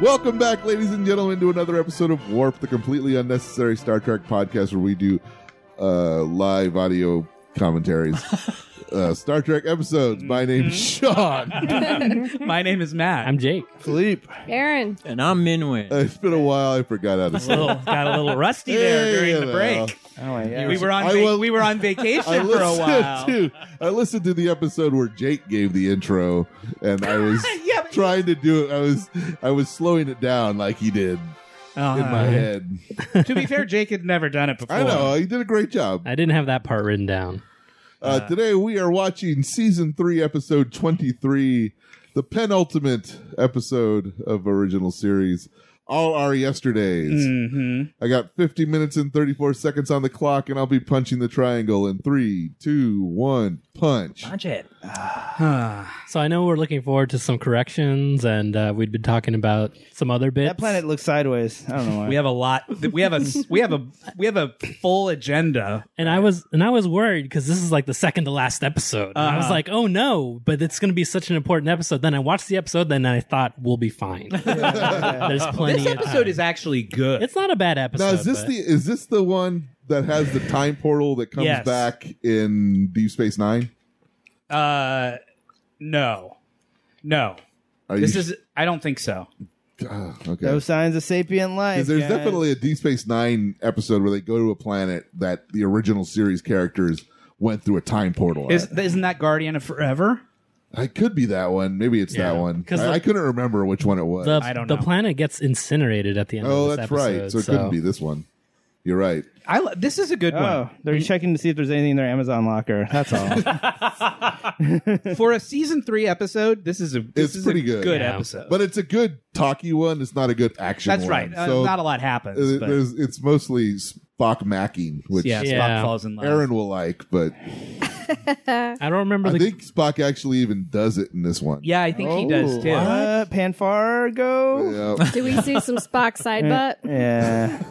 Welcome back, ladies and gentlemen, to another episode of Warp, the completely unnecessary Star Trek podcast where we do uh, live audio commentaries. uh, Star Trek episodes. My name's Sean. My name is Matt. I'm Jake. Philippe. Aaron. And I'm Mm-hmm. Minwin. It's been a while. I forgot how to A say little, got a little rusty there Hey, during the now. break. Oh yeah. We were on I va- was- we were on I vacation for a while. listened to I listened to the episode where Jake gave the intro, and I was Yeah, but- trying to do it. I was I was slowing it down like he did in Uh-huh. my head. to be fair, Jake had never done it before. I know he did a great job. I didn't have that part written down. Uh, today we are watching season three, episode twenty-three, the penultimate episode of original series. All our yesterdays. hmm I got 50 minutes and 34 seconds on the clock, and I'll be punching the triangle in three, two, one, punch. Punch it. So I know we're looking forward to some corrections, and uh, we'd been talking about some other bits. That planet looks sideways. I don't know why. We have a lot. We have a we have a we have a full agenda. and I was and I was worried because this is like the second to last episode. And I was Uh-huh. like, oh no, but it's going to be such an important episode. Then I watched the episode, then I thought we'll be fine. There's plenty. This of episode time. is actually good. It's not a bad episode. Now is this but- the is this the one that has the time portal that comes Yes. back in Deep Space Nine? Uh, no, no. Are This you is. I don't think so. sh- ah, okay? no signs of sapient 'Cause life. there's guys. definitely a Deep Space Nine episode where they go to a planet that the original series characters went through a time portal. Is, at. isn't that Guardian of Forever? I could be that one. Maybe it's Yeah. that one. I, 'Cause the- I couldn't remember which one it was. The, I don't the know. planet gets incinerated at the end. oh, of this that's episode, right. So it couldn't be this one. You're right. I. li- This is a good Oh, they're Mm-hmm. checking to see if there's anything in their Amazon locker. That's all. one for a season three episode. This is a. This Oh. It's is pretty a good. good. Yeah. episode. But it's a good talky one. It's not a good action. that's one. right. Uh, So not a lot happens. uh, But, there's it's mostly Spock macking, which yeah, Yeah. Spock falls in love. Aaron will like, but I don't remember I the think Spock actually even does it in this one. yeah, I think he Oh, does too. What? Panfargo? Yeah. Do we see some Spock side butt? Yeah.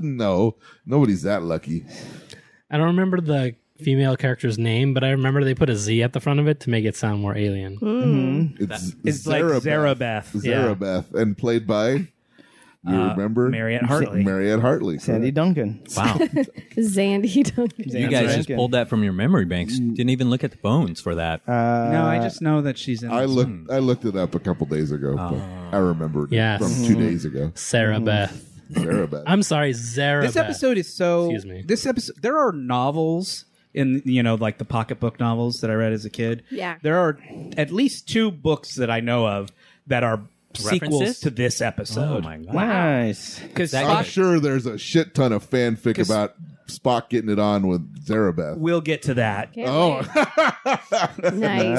no, nobody's that lucky. I don't remember the female character's name, but I remember they put a Z at the front of it to make it sound more alien. It's, It's like Zarabeth. Zarabeth, and played by you remember Mariette Uh, Hartley. Mariette Hartley. Sandy Duncan. Wow. Zandy Duncan. You guys just pulled that from your memory banks. Didn't even look at the bones for that. no, I just know that she's in. I this. looked. I looked it up a couple days ago. but I Oh. remembered it Yes. from two days ago. Sarah Beth. Zarabeth. I'm sorry, Zara. This Beth. episode is so. Excuse me. This episode. There are novels in you know like the pocketbook novels that I read as a kid. Yeah. There are at least two books that I know of that are sequels References? to this episode. oh my god. Nice. Because That- I'm Spock. sure there's a shit ton of fanfic 'Cause- about Spock getting it on with Zarabeth. We'll get to that. Can't Oh. wait. nice.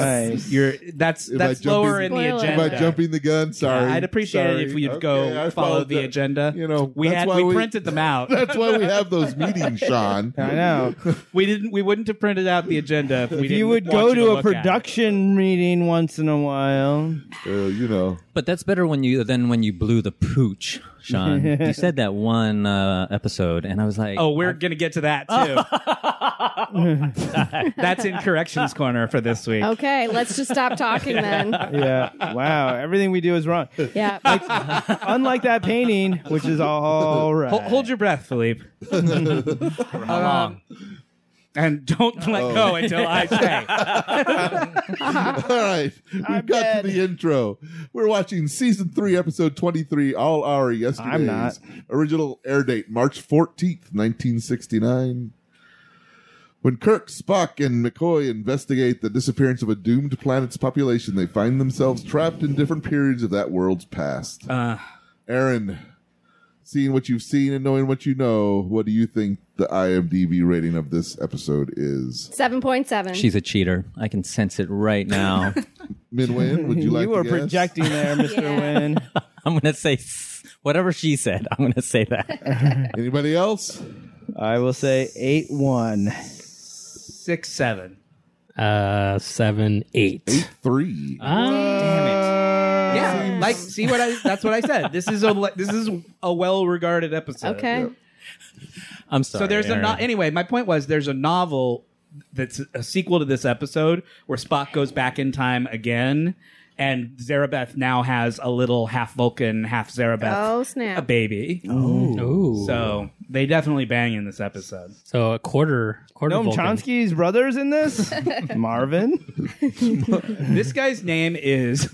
Nice. You're that's Am I that's jumping- lower in the Spoiler. Am I agenda. jumping the gun? Sorry. uh, I'd appreciate Sorry. it if we'd Okay, go I follow the apologize. agenda. You know, we that's had why we, we- printed them out. That's why we have those meetings, Sean. Uh, I know. we didn't. We wouldn't have printed out the agenda if we you didn't would want go you to, a look at it. production meeting once in a while. Uh, you know, But that's better when you than when you blew the pooch, Sean. you said that one uh, episode, and I was like, Oh, we're gonna get to that too. That's in corrections corner for this week. Okay, let's just stop talking then. Yeah. Wow. Everything we do is wrong. Yeah. Unlike that painting, which is all right. Hold, hold your breath, Philippe. Um, and don't let go until I say. All right, we've got dead. to the intro. We're watching season three, episode twenty-three, all our yesterdays. I'm not. Original air date March fourteenth, nineteen sixty-nine. When Kirk, Spock, and McCoy investigate the disappearance of a doomed planet's population, they find themselves trapped in different periods of that world's past. Uh, Aaron, seeing what you've seen and knowing what you know, what do you think the IMDb rating of this episode is? 7.7. she's a cheater. I can sense it right now. Midwin, would you like you to were guess? projecting there, Mr. Yeah. Wynn. I'm gonna say s- whatever she said. I'm gonna say that. Anybody else? I will say eight one. six, seven. uh, seven, eight. Three. Ah. Uh, Yeah, like see what I. That's what I said. This is a le- this is a well regarded episode. okay. I'm sorry. So there's a Aaron. no- anyway. My point was there's a novel that's a sequel to this episode where Spock goes back in time again, and Zarabeth now has a little half Vulcan, half Zarabeth, Oh a snap! baby. Oh. Ooh. So they definitely bang in this episode. so a quarter quarter. Noam Vulcan. Chomsky's brothers in this? Marvin? this guy's name is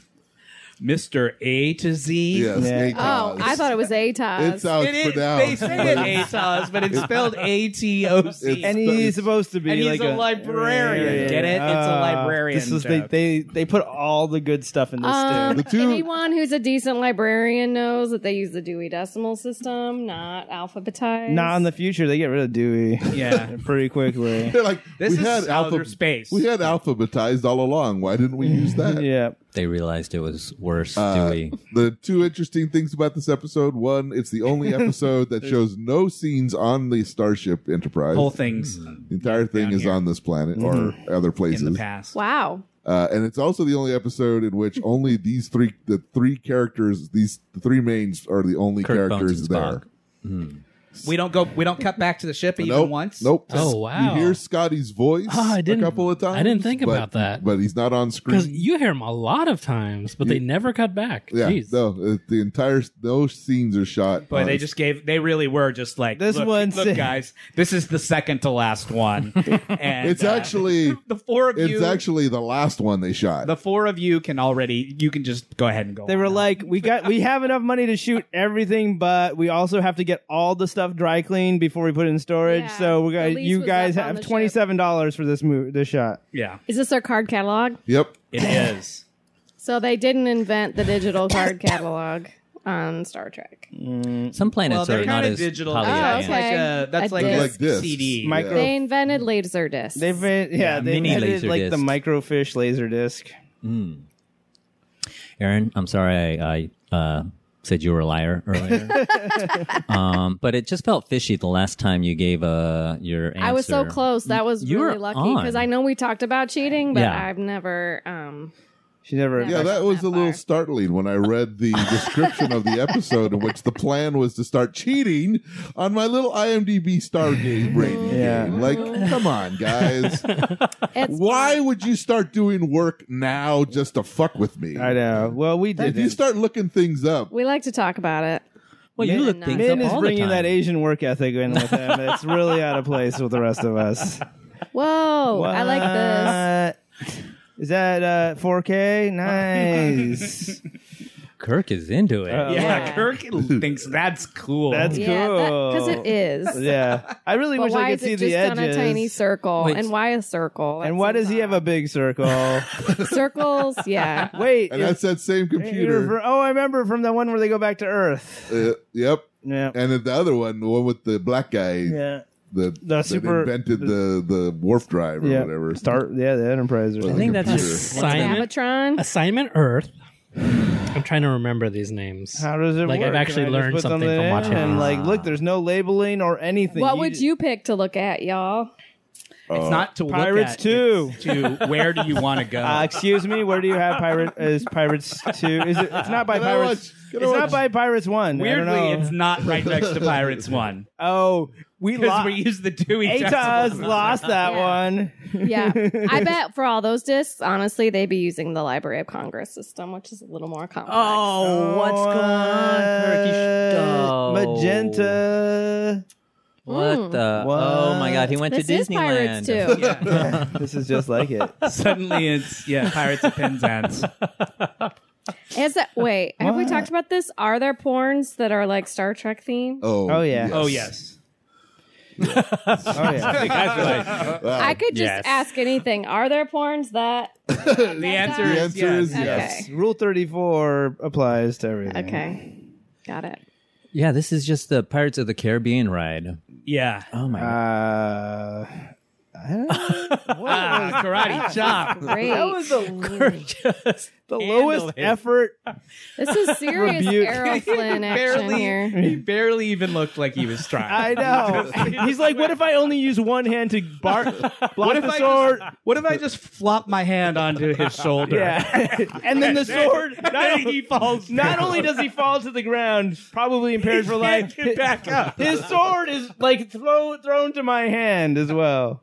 Mr. A to Z. Yes, Yeah. Oh, Atos. I thought it was Atos. it's how It it's is, they pronounced. say it Atos, but it's spelled A T O C. And And he's supposed to be he's like a librarian. Get it? It's a Ah, librarian This was joke. they, they they put all the good stuff in this Um, dude. The two- Anyone who's a decent librarian knows that they use the Dewey Decimal System, not alphabetized. Not in the future. They get rid of Dewey yeah. pretty quickly. They're like, This we is had outer alpha- space. We had alphabetized all along. Why didn't we use that? yeah. They realized it was worse, Uh, Dewey. the two interesting things about this episode one, it's the only episode that shows no scenes on the Starship Enterprise. Whole thing's the entire thing down is here. Mm-hmm. on this planet or other places. in the past. wow. Uh, and it's also the only episode in which only these three, the three characters, these the three mains are the only Kirk, Bones, characters and there. Spock. We don't go. We don't cut back to the ship even nope, once. Nope. Oh, wow. You hear Scotty's voice Oh, I didn't- a couple of times. I didn't think but- about that. But he's not on Because screen. you hear them a lot of times, but they never cut back. yeah, Jeez. no, uh, the entire those scenes are shot. Uh, But on- they just gave. They really were just like This look, one Look, said- guys, this is the second to last one, and It's uh, actually the four of it's you. actually the last one they shot. the four of you can already. You can just go ahead and go. They were on. like, we got we have enough money to shoot everything, but we also have to get all the stuff dry cleaned before we put it in storage. Yeah, So we the got lease you was guys up on have the ship. twenty seven dollars for this move this shot. yeah, Is this their card catalog? yep. it is. So they didn't invent the digital card catalog on Star Trek. Some Well, planets they're are not kind of as digital. poly- Oh, that's okay. like a that's A like disc. a Like discs. CD. Micro They invented laser discs. They've been, yeah, Yeah, they mini invented laser like the discs. microfish laser disc. Aaron, I'm sorry I, I uh, said you were a liar earlier. um, but it just felt fishy the last time you gave uh, your answer. I was so close. That was You were really lucky on. because I know we talked about cheating, but Yeah. I've never. Um, She never. Yeah, that was a that little far. startling when I read the description of the episode in which the plan was to start cheating on my little IMDb Stargate rating. Yeah. game. Like, come on, guys. it's Why would you start doing work now just to fuck with me? I know. Well, we If did. you start looking things up, We like to talk about it. Well, you Min- look things Min up is all the bringing time. that Asian work ethic in with him. It's really out of place with the rest of us. Whoa, I like this. Is that uh, 4K? Nice. Kirk is into it. Yeah, Yeah. Kirk thinks that's cool. That's this. cool. Yeah, because it is. yeah, I really But wish I why could is see it the just on edges. a tiny circle? Wait. And why a circle? That and why does seems he have a big circle? odd. circles? Yeah. Wait, and is- that's that same computer. oh, I remember from the one where they go back to Earth. Uh, yep. Yeah, And then the other one, the one with the black guy, yeah. the, that super- invented the, the warp drive or Yeah. whatever. Start, yeah, the Enterprise Well, or I something. think that's Computer. assignment. Avatron. Assignment Earth. I'm trying to remember these names. How does it Like, I've work? Can actually I just learned put something from in? watching And it. like, look, there's no labeling or anything. What would just- you pick to look at, y'all? it's not to Pirates look at, Two. it's To where do you want to go? Uh, excuse me, where do you have pirate? Is Pirates Two? Is it? It's not by Can I Pirates. watch- can It's I not watch- by Pirates One. I don't Weirdly, know. it's not right next to Pirates One Oh, we because lost. we use the Dewey Decimal Atos System. lost that Yeah. one. Yeah. I bet for all those discs, honestly, they'd be using the Library of Congress system, which is a little more complex. Oh, what's going on, Kirk? You sh- Uh, oh. Magenta. What the? What? Oh my God! He went Hmm. This to is Pirates Disneyland. too. This is just like it. Oh, Suddenly, it's yeah, Pirates of Penzance. Is that wait? Have we talked about this? Are there porns that are like Star Trek themed? Oh, Oh, yeah. Oh yes, Oh yeah. the guys are like, Ah, I could just yes. ask anything. Are there porns that? the answer, The is answer yes. is yes. Okay. Rule thirty four applies to everything. Okay, got it. Yeah, this is just the Pirates of the Caribbean ride. yeah. Oh my God! Uh, I don't Ah, karate chop. Great. Kirk just the Handle lowest it. effort. this is serious Rebuke. Errol Flynn action here. He barely even looked like he was trying. I know. He's like, what if I only use one hand to bar- block What if the I sword? just, what if I just flop my hand onto his shoulder? yeah, and then the sword. Not, Then he falls. not down. only does he fall to the ground, probably impaired for Can't life. get back up. His sword is like throw, thrown to my hand as well.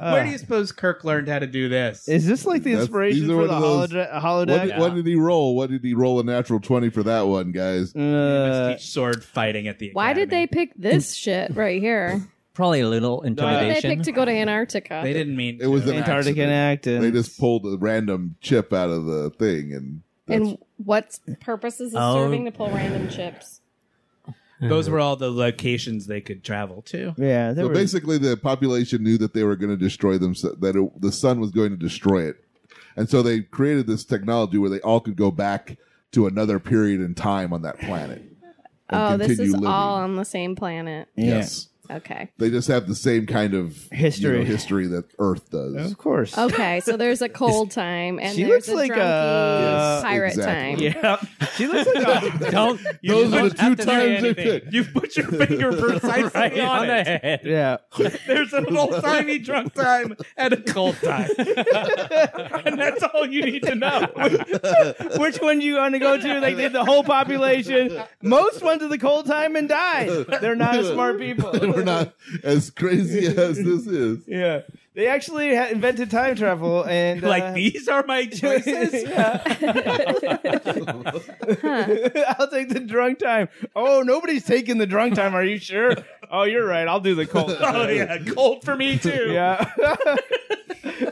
Where do you suppose Kirk learned how to do this? Is this like the That's- inspiration these are for one the of those- holodeck? What holodeck? did, what did he roll? What did he roll? A natural twenty for that one, guys. Mm. Uh, Teach sword fighting at the Why did they academy. pick this shit right here? Probably a little Why did they intimidation. pick to go to Antarctica? They didn't mean. It was to. an Antarctic accident. actin. They just pulled a random chip out of the thing, and that's- And what purpose is it Oh. serving to pull random chips? Those were all the locations they could travel to. yeah, they so were- basically the population knew that they were going to destroy them, so- that it, the sun was going to destroy it, and so they created this technology where they all could go back to another period in time on that planet. and Oh, this continue is living. all on the same planet. yeah. Yes. Okay. They just have the same kind of History. you know, history that Earth does. Of course. Okay, so there's a cold time and She looks there's a like drunky a- pirate Exactly. time. Yeah, she looks like a Don't Those are the have two to say times they anything. picked. You put your finger precisely right on, on the it. head. yeah. There's an old timey drunk time and a cold time, and that's all you need to know. Which one do you want to go to? They did the whole population. Most went to the cold time and died. They're not smart people. They were not as crazy as this is. Yeah, they actually ha- invented time travel and uh, Like these are my choices. I'll take the drunk time. Oh, nobody's taking the drunk time. Are you sure? Oh, you're right. I'll do the cold. Oh Time. yeah, cold for me too. yeah.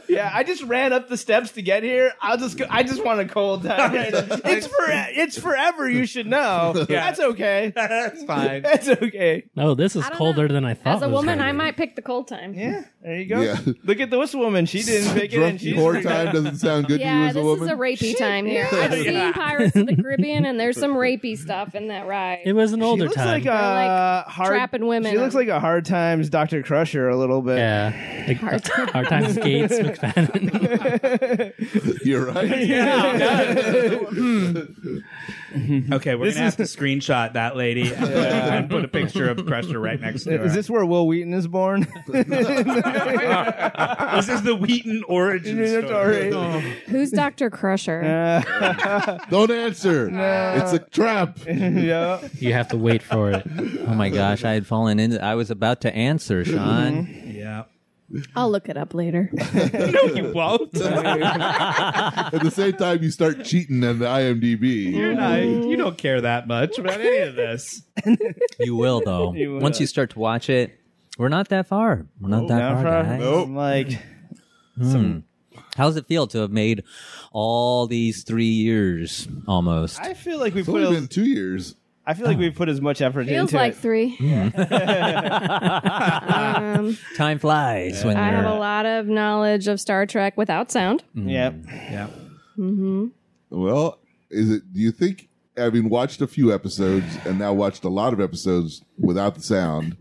Yeah, I just ran up the steps to get here. I'll just go, I just want a cold time. It's for it's forever, you should know. That's okay. that's fine. That's okay. Oh, this is I don't colder know. than I thought. As a it was woman, gonna I be. might pick the cold time. Yeah, there you go. Yeah. Look at this woman. She didn't pick it and Drunk she's whore time doesn't sound good to you Yeah, as this a woman. is a rapey time here. Yeah. I've seen Pirates of the Caribbean, and there's some rapey stuff in that ride. It was an She older looks time. like a hard trapping women. She looks like a hard times Dr. Crusher a little bit. yeah, like, Hard time. hard times Gates McFadden. You're right. Okay, we're gonna have to screenshot that lady and put a picture of Crusher right next to her. Is this where Will Wheaton is born? this is the Wheaton origin story. Who's Dr. Crusher? Uh, Don't answer. It's a trap. yeah. you have to wait for it. oh my gosh, I had fallen into. I was about to answer, Sean. Yeah. I'll look it up later. No, you won't. At the same time, you start cheating on the IMDb. You're not, you don't care that much about any of this. you will though. will. Once you start to watch it, we're not that far. We're not that far, guys. Nope. Like How does it feel to have made all these three years almost? I feel like we It's put only a- been two years. I feel like we put as much effort Feels into like it. three. um, Time flies when I you're. have a lot of knowledge of Star Trek without sound. Yep. Yeah. Well, is it? Do you think having watched a few episodes and now watched a lot of episodes without the sound,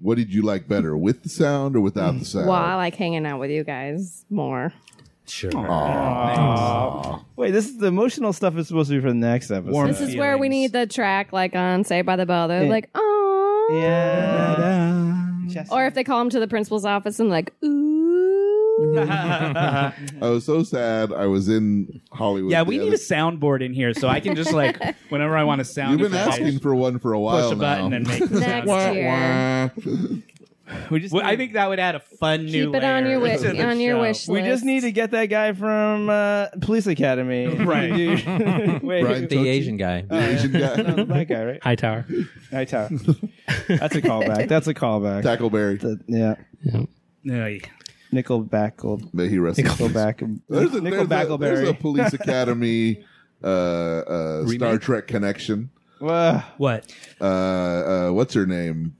what did you like better, with the sound or without the sound? Well, I like hanging out with you guys more. Sure. Wait, this is the emotional stuff is supposed to be for the next episode. Warm This is where we feelings. need the track, like on Say by the Bell. They're like, oh. Yeah. Just- Or if they call him to the principal's office and like, ooh. Mm-hmm. I was so sad. I was in Hollywood. Yeah, we the need other- a soundboard in here so I can just like whenever I want to sound. You've been effect, I asking just for one for a while push now. a button and make the Next sound. year. we just Well, I need- think that would add a fun new. Keep it on layer your wish to the on your show. wish list. we just need to get that guy from uh, Police Academy. Right. Dude. Wait. Brian The Asian guy. Asian guy. No, that guy, right? Hightower. Hi, Tower. That's a callback. That's a callback. Tackleberry. The- yeah. Yeah. Nickelback. Gold. May he rest in peace. Nickelback. There's a, there's, a, there's a Nickelbackleberry. police academy uh, uh, Star Trek connection. Whoa. What? Uh, uh, what's her name?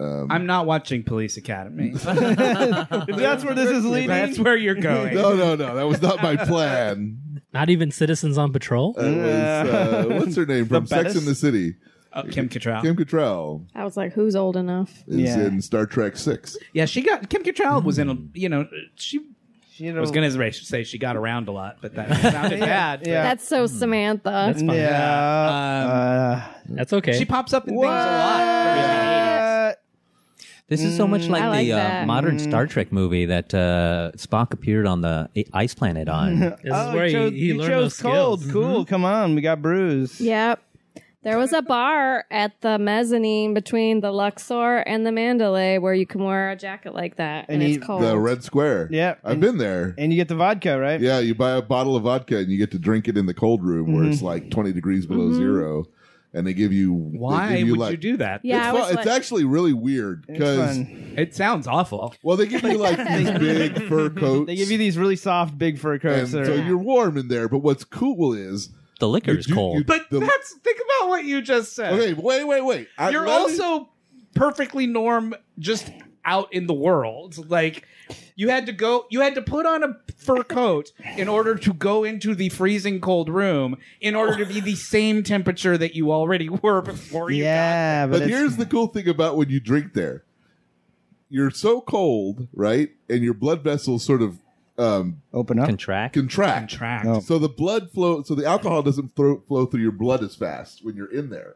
I'm not watching Police Academy. If that's where this is leading. That's where you're going. No, no, no. That was not my plan. Not even citizens on patrol. That was, uh, what's her name from Sex Bettis? in the City? Uh, Kim Cattrall. Kim Cattrall I was like, who's old enough? is Yeah. in Star Trek Six. Yeah, she got Kim Cattrall was in a you know she She had a- I was gonna ra- say she got around a lot, but that sounded bad. Yeah. That's so Hmm. Samantha. Yeah. That's okay. but She pops up in things a lot. uh, This is so much like, I the like uh, that. modern Mm-hmm. Star Trek movie that uh, Spock appeared on the i- ice planet on. this oh, is where you chose, he, he you learned Mm-hmm. chose those cold. skills. Cool. Come on. We got bruised. Yep. There was a bar at the mezzanine between the Luxor and the Mandalay where you can wear a jacket like that, and, And you- it's cold. The Red Square. Yeah. I've been there. Oh. And you get the vodka, right? Yeah, you buy a bottle of vodka and you get to drink it in the cold room where Mm-hmm. it's like 20 degrees below zero. And they give you. they Why give would like- you do that? Yeah, it's, I fu- was it's like- actually really weird It's because fun. It sounds awful. well they give you like these big fur coats. They give you these really soft, big fur and coats. that so are- you're warm in there. But what's cool is The liquor is you- cold. you- But the- that's think about what you just said. okay. Wait, wait, wait. I- You're let me- also perfectly norm just out in the world. Like you had to go you had to put on a fur coat in order to go into the freezing cold room in order to be the same temperature that you already were before you yeah, but, But, it's- here's the cool thing about when you drink there. You're so cold, right? And your blood vessels sort of um, open up. contract. contract. got tracked. Oh. So the blood flow, so the alcohol doesn't thro- flow through your blood as fast when you're in there.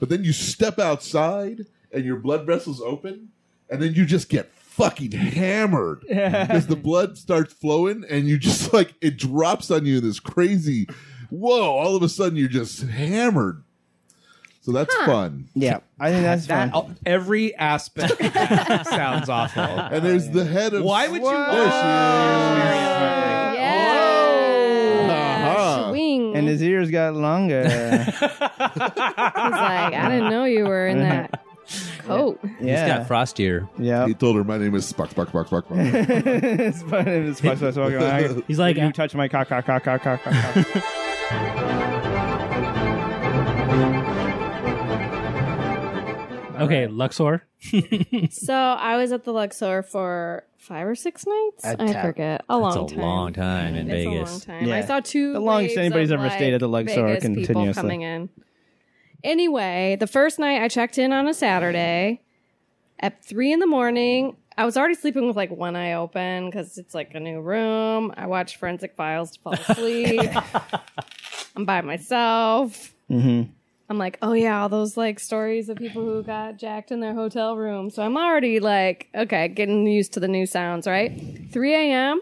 But then you step outside and your blood vessels open, and then you just get fucking hammered because the blood starts flowing and you just like it drops on you in this crazy, whoa! All of a sudden you're just hammered. So that's fun. Yeah, I think that's That fun. oh, every aspect of that sounds awful. And there's the head of Why would you There want- she is. "Oh, Yeah. Uh-huh. Swing. And his ears got longer. He's like, I didn't know you were in that coat. He's yeah, got frostier. yeah. He told her, "My name is Spock, Spock, Spock, Spock, Spock." it's fun. It's fun. It's fun. It's fun. He's like, you touch my cock, cock, cock, cock, cock, cock. cock. Uh, okay, Luxor. So I was at the Luxor for five or six nights. At I tap. forget. A long It's a time. long time in It's Vegas. a long time. I Yeah. saw two. The longest waves anybody's of, ever like, stayed at the Luxor Vegas people continuously. coming in. Anyway, the first night I checked in on a Saturday at three in the morning. I was already sleeping with like one eye open because it's like a new room. I watch Forensic Files to fall asleep. I'm by myself. Mm-hmm. I'm like, oh yeah, all those like stories of people who got jacked in their hotel room. So I'm already like, okay, getting used to the new sounds, right? 3 a.m.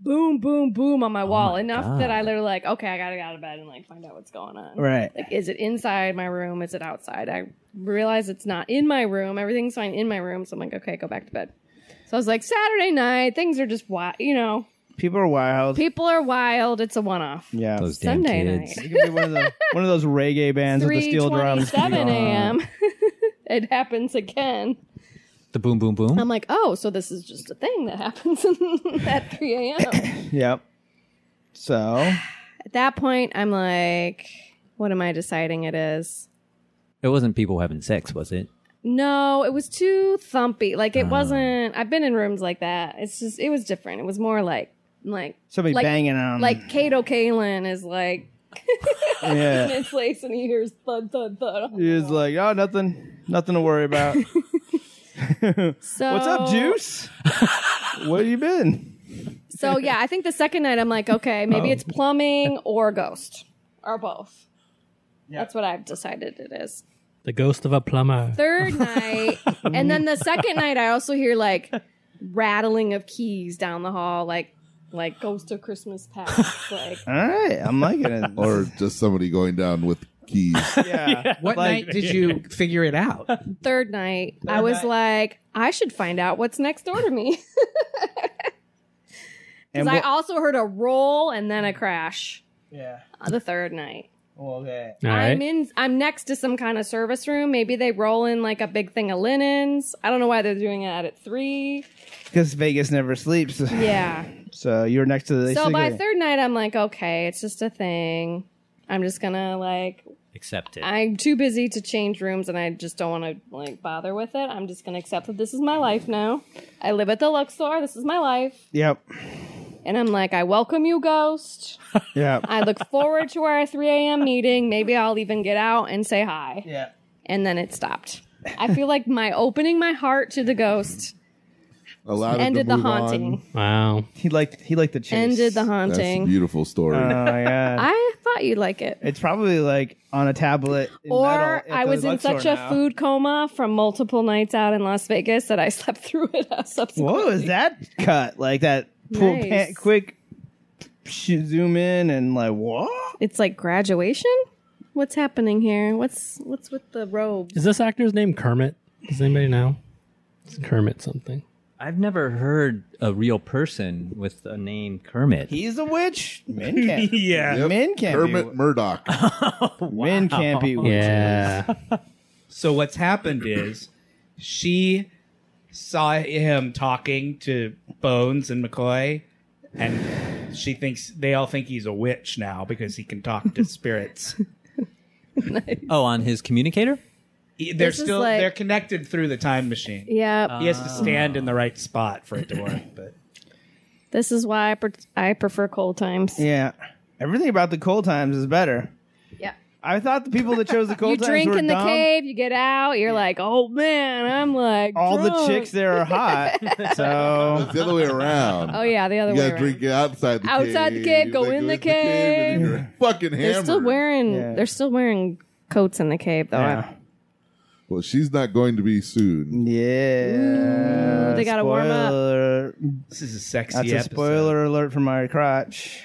Boom, boom, boom on my wall. Oh my Enough God. that I literally like, okay, I gotta get out of bed and like find out what's going on. Right. Like, is it inside my room? Is it outside? I realize it's not in my room. Everything's fine in my room. So I'm like, okay, go back to bed. So I was like, Saturday night, things are just wild. You know, People are wild. people are wild. It's a one-off. Yeah. Those damn Sunday kids. night. You can be one of those one of those reggae bands with the Three steel drums. twenty-seven a.m. it happens again. The boom, boom, boom. I'm like, oh, so this is just a thing that happens at 3 a.m. Yep. So at that point, I'm like, what am I deciding it is? it wasn't people having sex, was it? No, it was too thumpy. Like Uh. it wasn't. I've been in rooms like that. It's just it was different. It was more like like somebody like, banging on Like Kato Kalin is like in yeah. his lace and he hears thud thud thud. He was like, oh, nothing, nothing to worry about. So What's up, Juice? Where you been? So yeah, I think the second night I'm like, okay, maybe it's plumbing or ghost or both. That's what I've decided it is. The ghost of a plumber. third night and then the second night i also hear like rattling of keys down the hall like like ghost of christmas past like All right, I'm liking it. or just somebody going down with keys. yeah. What Like- night did you figure it out? third night i was like i should find out what's next door to me And because i what- also heard a roll and then a crash yeah. on the third night Well, okay. All i'm right. in i'm next to some kind of service room maybe they roll in like a big thing of linens i don't know why they're doing it at three Because Vegas never sleeps. yeah So you're next to the. so by third night i'm like okay it's just a thing i'm just gonna like Accept it. I'm too busy to change rooms and I just don't want to like bother with it. I'm just going to accept that this is my life now. I live at the Luxor. This is my life. Yep. And I'm like, I welcome you, ghost. Yep. I look forward to our 3 a.m. meeting. Maybe I'll even get out and say hi. Yeah. And then it stopped. I feel like my opening my heart to the ghost Allowed ended to the move on. haunting. Wow. He liked. He liked the chase. Ended the That's a haunting. beautiful story. Oh my god. I thought you'd like it. it's probably like on a tablet. in Or metal at I the was in Luxor such a now. food coma from multiple nights out in Las Vegas that I slept through it subsequently. What was that cut? Like that pull Nice. pan, quick sh- zoom in and like what? It's like graduation? what's happening here? What's what's with the robes? Is this actor's name Kermit? Does anybody know? It's Kermit something. I've never heard a real person with a name Kermit. He's a witch. Men can't. Yeah. Yep. Men can't Kermit be. Murdoch. Men can't be witches. Yeah. So what's happened is she saw him talking to Bones and McCoy, and she thinks they all think he's a witch now because he can talk to spirits. oh, on his communicator? He- They're This is still like- Ah. they're connected through the time machine. Yeah. He uh, has to stand in the right spot for it to work. But this is why I, pre- I prefer cold times. Yeah. Everything about the cold times is better. Yeah. I thought the people that chose the cold You times drink were in the dumb. cave, you get out, you're like, oh man, I'm like All the drunk." chicks there are hot. so It's the other way around. Oh yeah, the other You way. gotta around. drink it outside the cave. Outside the cave, go then in the and then you're fucking hammered. They're still wearing. Yeah. They're still wearing coats in the cave, though. yeah. Well, she's not going to be soon. Yeah. Ooh, they gotta warm up. Spoiler. this is a sexy That's a episode. spoiler alert for my crotch.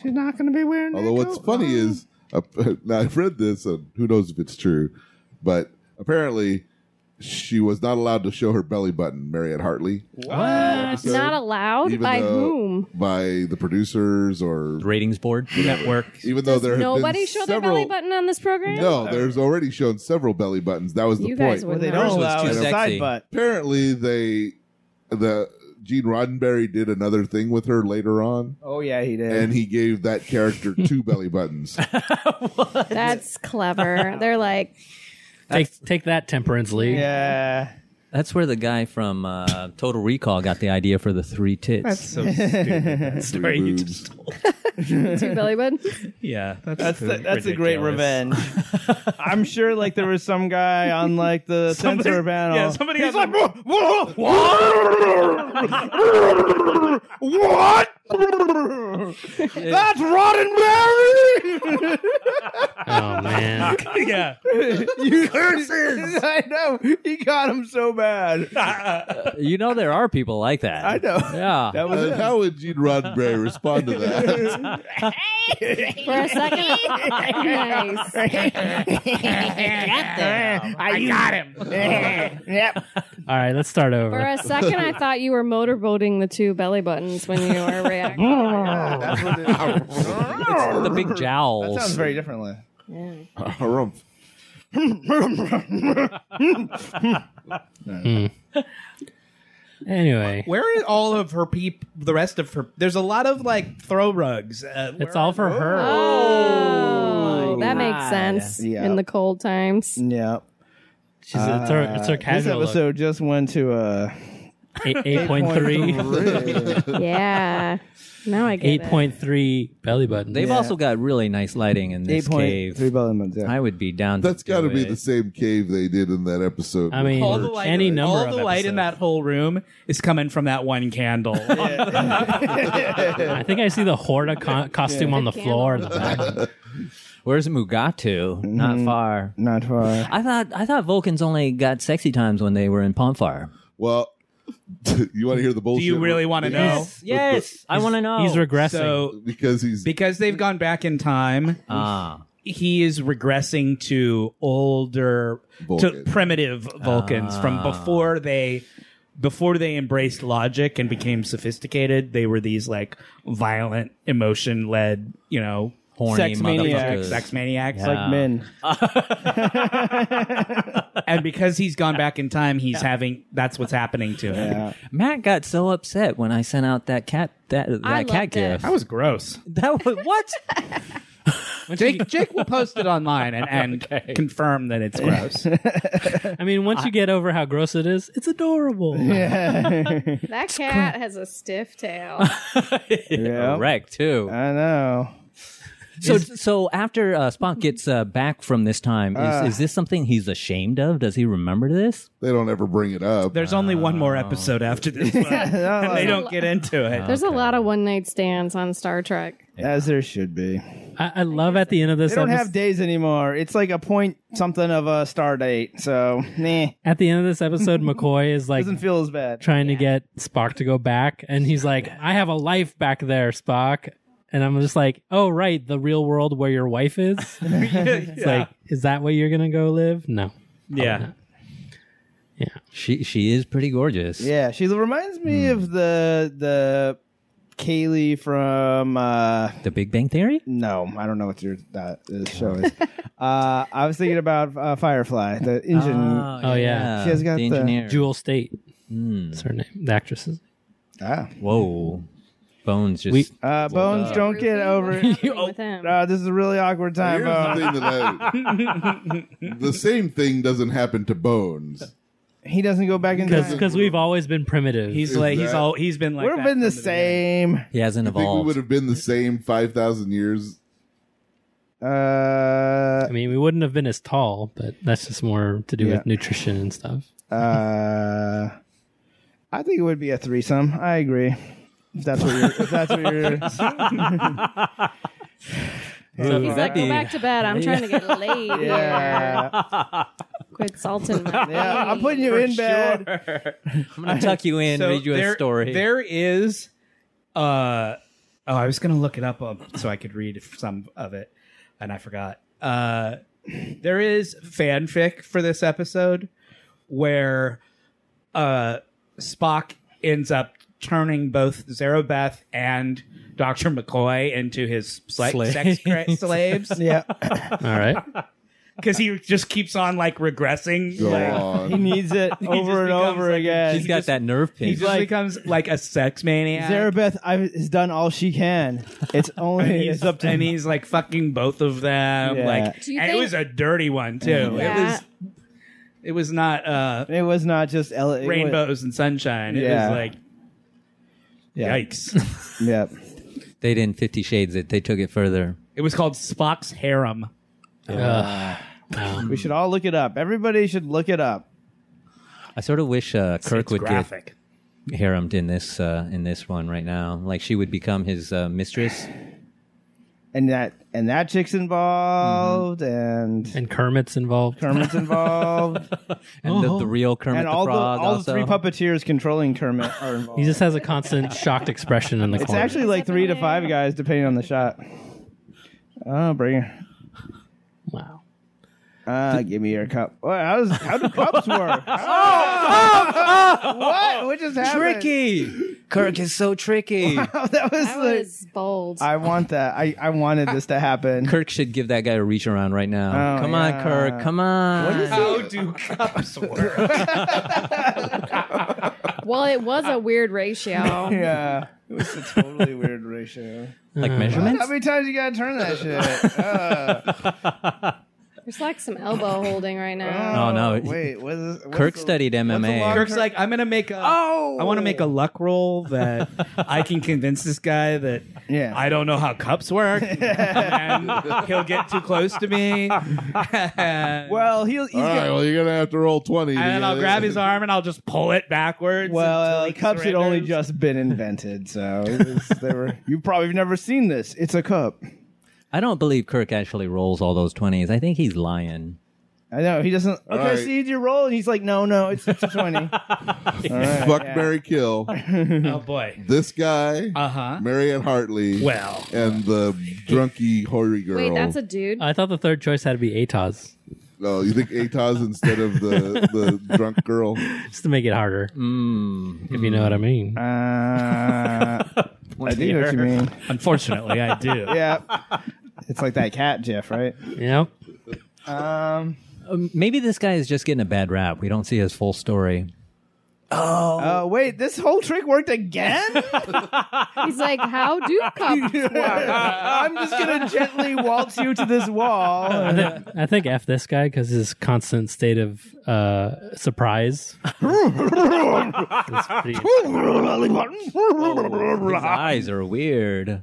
She's not gonna be wearing. that Although what's coat. funny Oh. is, uh, now I've read this, and who knows if it's true, but apparently she was not allowed to show her belly button, Mariette Hartley. It's not allowed Even by though- whom? By the producers or Ratings board? network. even though Does there have nobody been show their several, belly button on this program? No, there's already shown several belly buttons. That was the You point. guys Well, would they not. don't Hers was allow too it sexy. side butt. apparently they the Gene Roddenberry did another thing with her later on, Oh yeah, he did. and he gave that character two belly buttons. That's clever. They're like, Take take that temperance league. yeah. That's where the guy from uh, Total Recall got the idea for the three tits. So stupid. that story you boobs. just told. two belly buttons. Yeah, that's That's the, pretty that's a great ridiculous. revenge. I'm sure like there was some guy on like the censor panel. yeah, somebody He's on like, the- "Whoa, whoa, whoa, what? That's Roddenberry. Oh man. Yeah, you curses! I know he got him so bad. you know there are people like that. I know. Yeah. That was And it. Uh, how would Gene Roddenberry respond to that? For a second. nice. I got him. All right, let's start For over. a second, I thought you were motorboating the two belly buttons when you were reacting. That's what it It's the big jowls. sounds very differently. Harumph. Anyway, Where are all of her peep? The rest of her. There's a lot of like throw rugs. Uh, it's where- all for her. Oh, that makes God. sense Yeah. in the cold times. Yeah. She's, it's her it's her This casual episode just went to uh, eight point three. Yeah. Now I get Eight it. point three belly button. They've also got really nice lighting in this eight point cave. three billion months. Yeah. I would be down. That's got to do be it. the same cave they did in that episode. I mean, All the light, any number all of the light in that episodes. whole room is coming from that one candle. I think I see the Horta co- costume on the Candle. floor in the back. Where's Mugatu? Mm-hmm. Not far. Not far. I thought I thought Vulcans only got sexy times when they were in Pomfar. well, you want to hear the bullshit? Do you really want to know? Yes, yes. I want to know. He's regressing. So Because he's because they've gone back in time, ah, he is regressing to older, to Vulcan. primitive Vulcans from before they. Before they embraced logic and became sophisticated, they were these like violent, emotion-led, you know, horny Sex maniacs. motherfuckers. sex maniacs. Yeah. Like, Uh, Men. and because he's gone back in time, he's having that's what's happening to him. Yeah. Matt got so upset when I sent out that cat that that I cat loved it. gif. That was gross. That was what? Jake, Jake will post it online and, and confirm that it's gross. I mean, once you get over how gross it is, it's adorable. That cat has a stiff tail. Yeah. Correct too. I know. so so after uh, Spock gets uh, back from this time, is, is this something he's ashamed of? Does he remember this? they don't ever bring it up. There's only one more episode after this one, and they don't get into it. There's a lot of one night stands on Star Trek. As there should be. I, I love at the end of this They don't episode. have days anymore. It's like a point something of a star date. So, nah, at the end of this episode, McCoy is like doesn't feel as bad. trying to get Spock to go back, and he's like, "I have a life back there, Spock." And I'm just like, oh, right, the real world where your wife is. It's like, is that where you're going to go live? No. yeah. She she is pretty gorgeous. Yeah, she reminds me of the the Kaylee from uh The Big Bang Theory. no, I don't know what your that uh, show is. uh, I was thinking about uh, Firefly, the engine. Ah. Oh, yeah. She has got the the- engineer. Jewel State Hmm. is her name, the actress. ah. Whoa, bones just. We- Uh, Bones, up. don't get over. With Oh, him. Uh, this is a really awkward time. Here's the Bones. thing that I- the same thing doesn't happen to Bones. He doesn't go back in time. Because we've always been primitive. He's Is like he's that- all he's been like. We've that been the from beginning. same. he hasn't I think we evolved. would have been the same five thousand years. Uh, I mean, we wouldn't have been as tall, but that's just more to do Yeah. with nutrition and stuff. uh, I think it would be a threesome. I agree. If that's what you're. If that's what you're. He's like, go Exactly. back to bed. I'm trying to get laid. here. Yeah. Quit salting my Yeah, I'm feet. putting you in bed. I'm gonna tuck you in, So read you there- a story. There is, uh, oh, I was gonna look it up um, so I could read some of it, and I forgot. Uh, there is fanfic for this episode where uh, Spock ends up turning both Zarobeth and Doctor McCoy into his sla- Slaves. sex cra- slaves Yeah. All right. because he just keeps on like regressing. Go like, on. He needs it over and becomes over like- again. He's got that nerve He pinch. just becomes like a sex maniac. Zarabeth I- has done all she can. It's and only he's, it's up to and he's like fucking both of them. Yeah. Like, Do you and it think- was a dirty one too. It Yeah. was, it was not uh, It was not just L- it was- rainbows and sunshine. It Yeah. was like, Yeah. yikes. Yeah. they didn't Fifty Shades it. They took it further. it was called Spock's harem. Ugh. No. We should all look it up. Everybody should look it up. I sort of wish uh, Kirk It's would get graphic. haremmed in this uh, in this one right now. Like she would become his uh, mistress. And that and that chick's involved and And Kermit's involved. Kermit's involved. and the, the real Kermit and the all the, Frog. all the also. three puppeteers controlling Kermit are involved. He just has a constant shocked expression in the it's corner. actually like three to five guys depending on the shot. Oh, bring her. wow. Ah, give me your cup. What, how, does, how do cups work? Oh, what? What just happened? Oh, tricky. Kirk is so tricky. that was, I like- was bold. I want that. I, I wanted this to happen. Kirk should give that guy a reach around right now. Oh, Come yeah. on, Kirk. Come on. Oh, How do cups work? well, it was a weird ratio. Yeah. It was a totally weird ratio. Like How measurements? many times you gotta turn that shit? Uh, There's like some elbow holding right now. Oh no. Wait, what is, what's Kirk the- studied MMA. log- Kirk's like, I'm gonna make a. Oh. I want to make a luck roll that I can convince this guy that Yeah. I don't know how cups work, and he'll get too close to me. And- Well, he'll, he's All right. got, Well, you're gonna have to roll twenty. to and then get I'll it. grab his arm and I'll just pull it backwards. well, until uh, he cups had only surrenders. just been invented, so it was, they were. You probably have never seen this. It's a cup. I don't believe Kirk actually rolls all those 20s. I think he's lying. I know he doesn't. okay, right. see your roll, and he's like, no, no, it's, it's a twenty. Fuck Mary Kill. Oh boy. This guy, Uh huh. Marianne Hartley, Well. and the drunky hoary girl. Wait, that's a dude. I thought the third choice had to be Atos, Oh, you think Atos instead of the the drunk girl? just to make it harder, Mm. if you know what I mean. Uh, I do know what you mean. Unfortunately, I do. Yeah, it's like that cat GIF, right? You know? Um. Um, Maybe this guy is just getting a bad rap. We don't see his full story. Uh, wait, this whole trick worked again? He's like, how do cups work? I'm just going to gently waltz you to this wall. I think F this guy because his constant state of uh, surprise. It's pretty- His eyes are weird.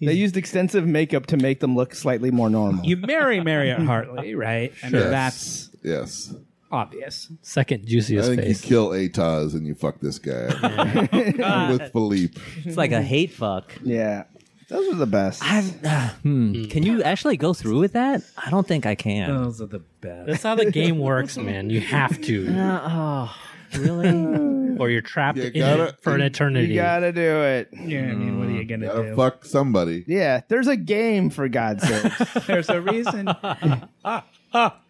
they used extensive makeup to make them look slightly more normal. You marry Marriott Hartley, right? I mean, Sure. that's Yes. obvious. second I juiciest think face. you kill Atos and you fuck this guy. I'm with Philippe. It's like a hate fuck. yeah. Those were the best. Hmm. Can you actually go through with that? I don't think I can. Those are the best. That's how the game works, man. You have to. Uh, oh, really? or you're trapped You in gotta- it for an You eternity. gotta do it. Yeah, I mean, what are you gonna Gotta do? fuck somebody. Yeah, there's a game for God's sake. There's a reason.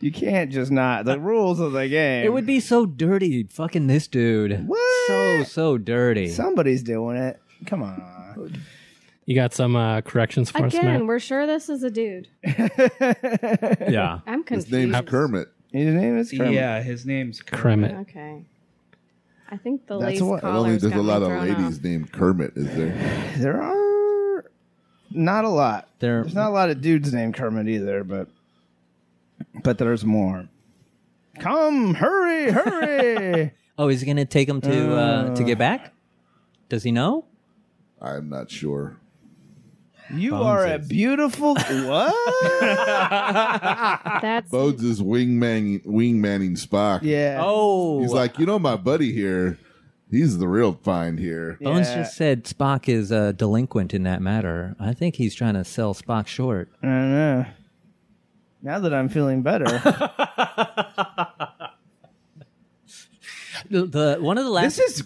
you can't just not. The rules of the game. It would be so dirty, fucking this dude. What? So so dirty. Somebody's doing it. Come on. You got some uh, corrections for us, Again, Matt? we're sure this is a dude. yeah. I'm confused. His name's Kermit. His name is Kermit. yeah, his name's Kermit. Okay. I think the That's lace what- I I don't think collars there's got a me lot of thrown ladies named Kermit, is there? There are not a lot. There- There's not a lot of dudes named Kermit either, but but there's more. Come, hurry, hurry! Oh, is he gonna take him to uh, to get back? Does he know? I'm not sure. you are a beautiful what? off. That's Bodes is wingman wingmanning Spock. yeah. Oh, He's like, you know, my buddy here, he's the real find here. Bones Yeah. just said Spock is uh, delinquent in that matter. I think he's trying to sell Spock short. I don't know. Now that I'm feeling better, The, the- one of the last This is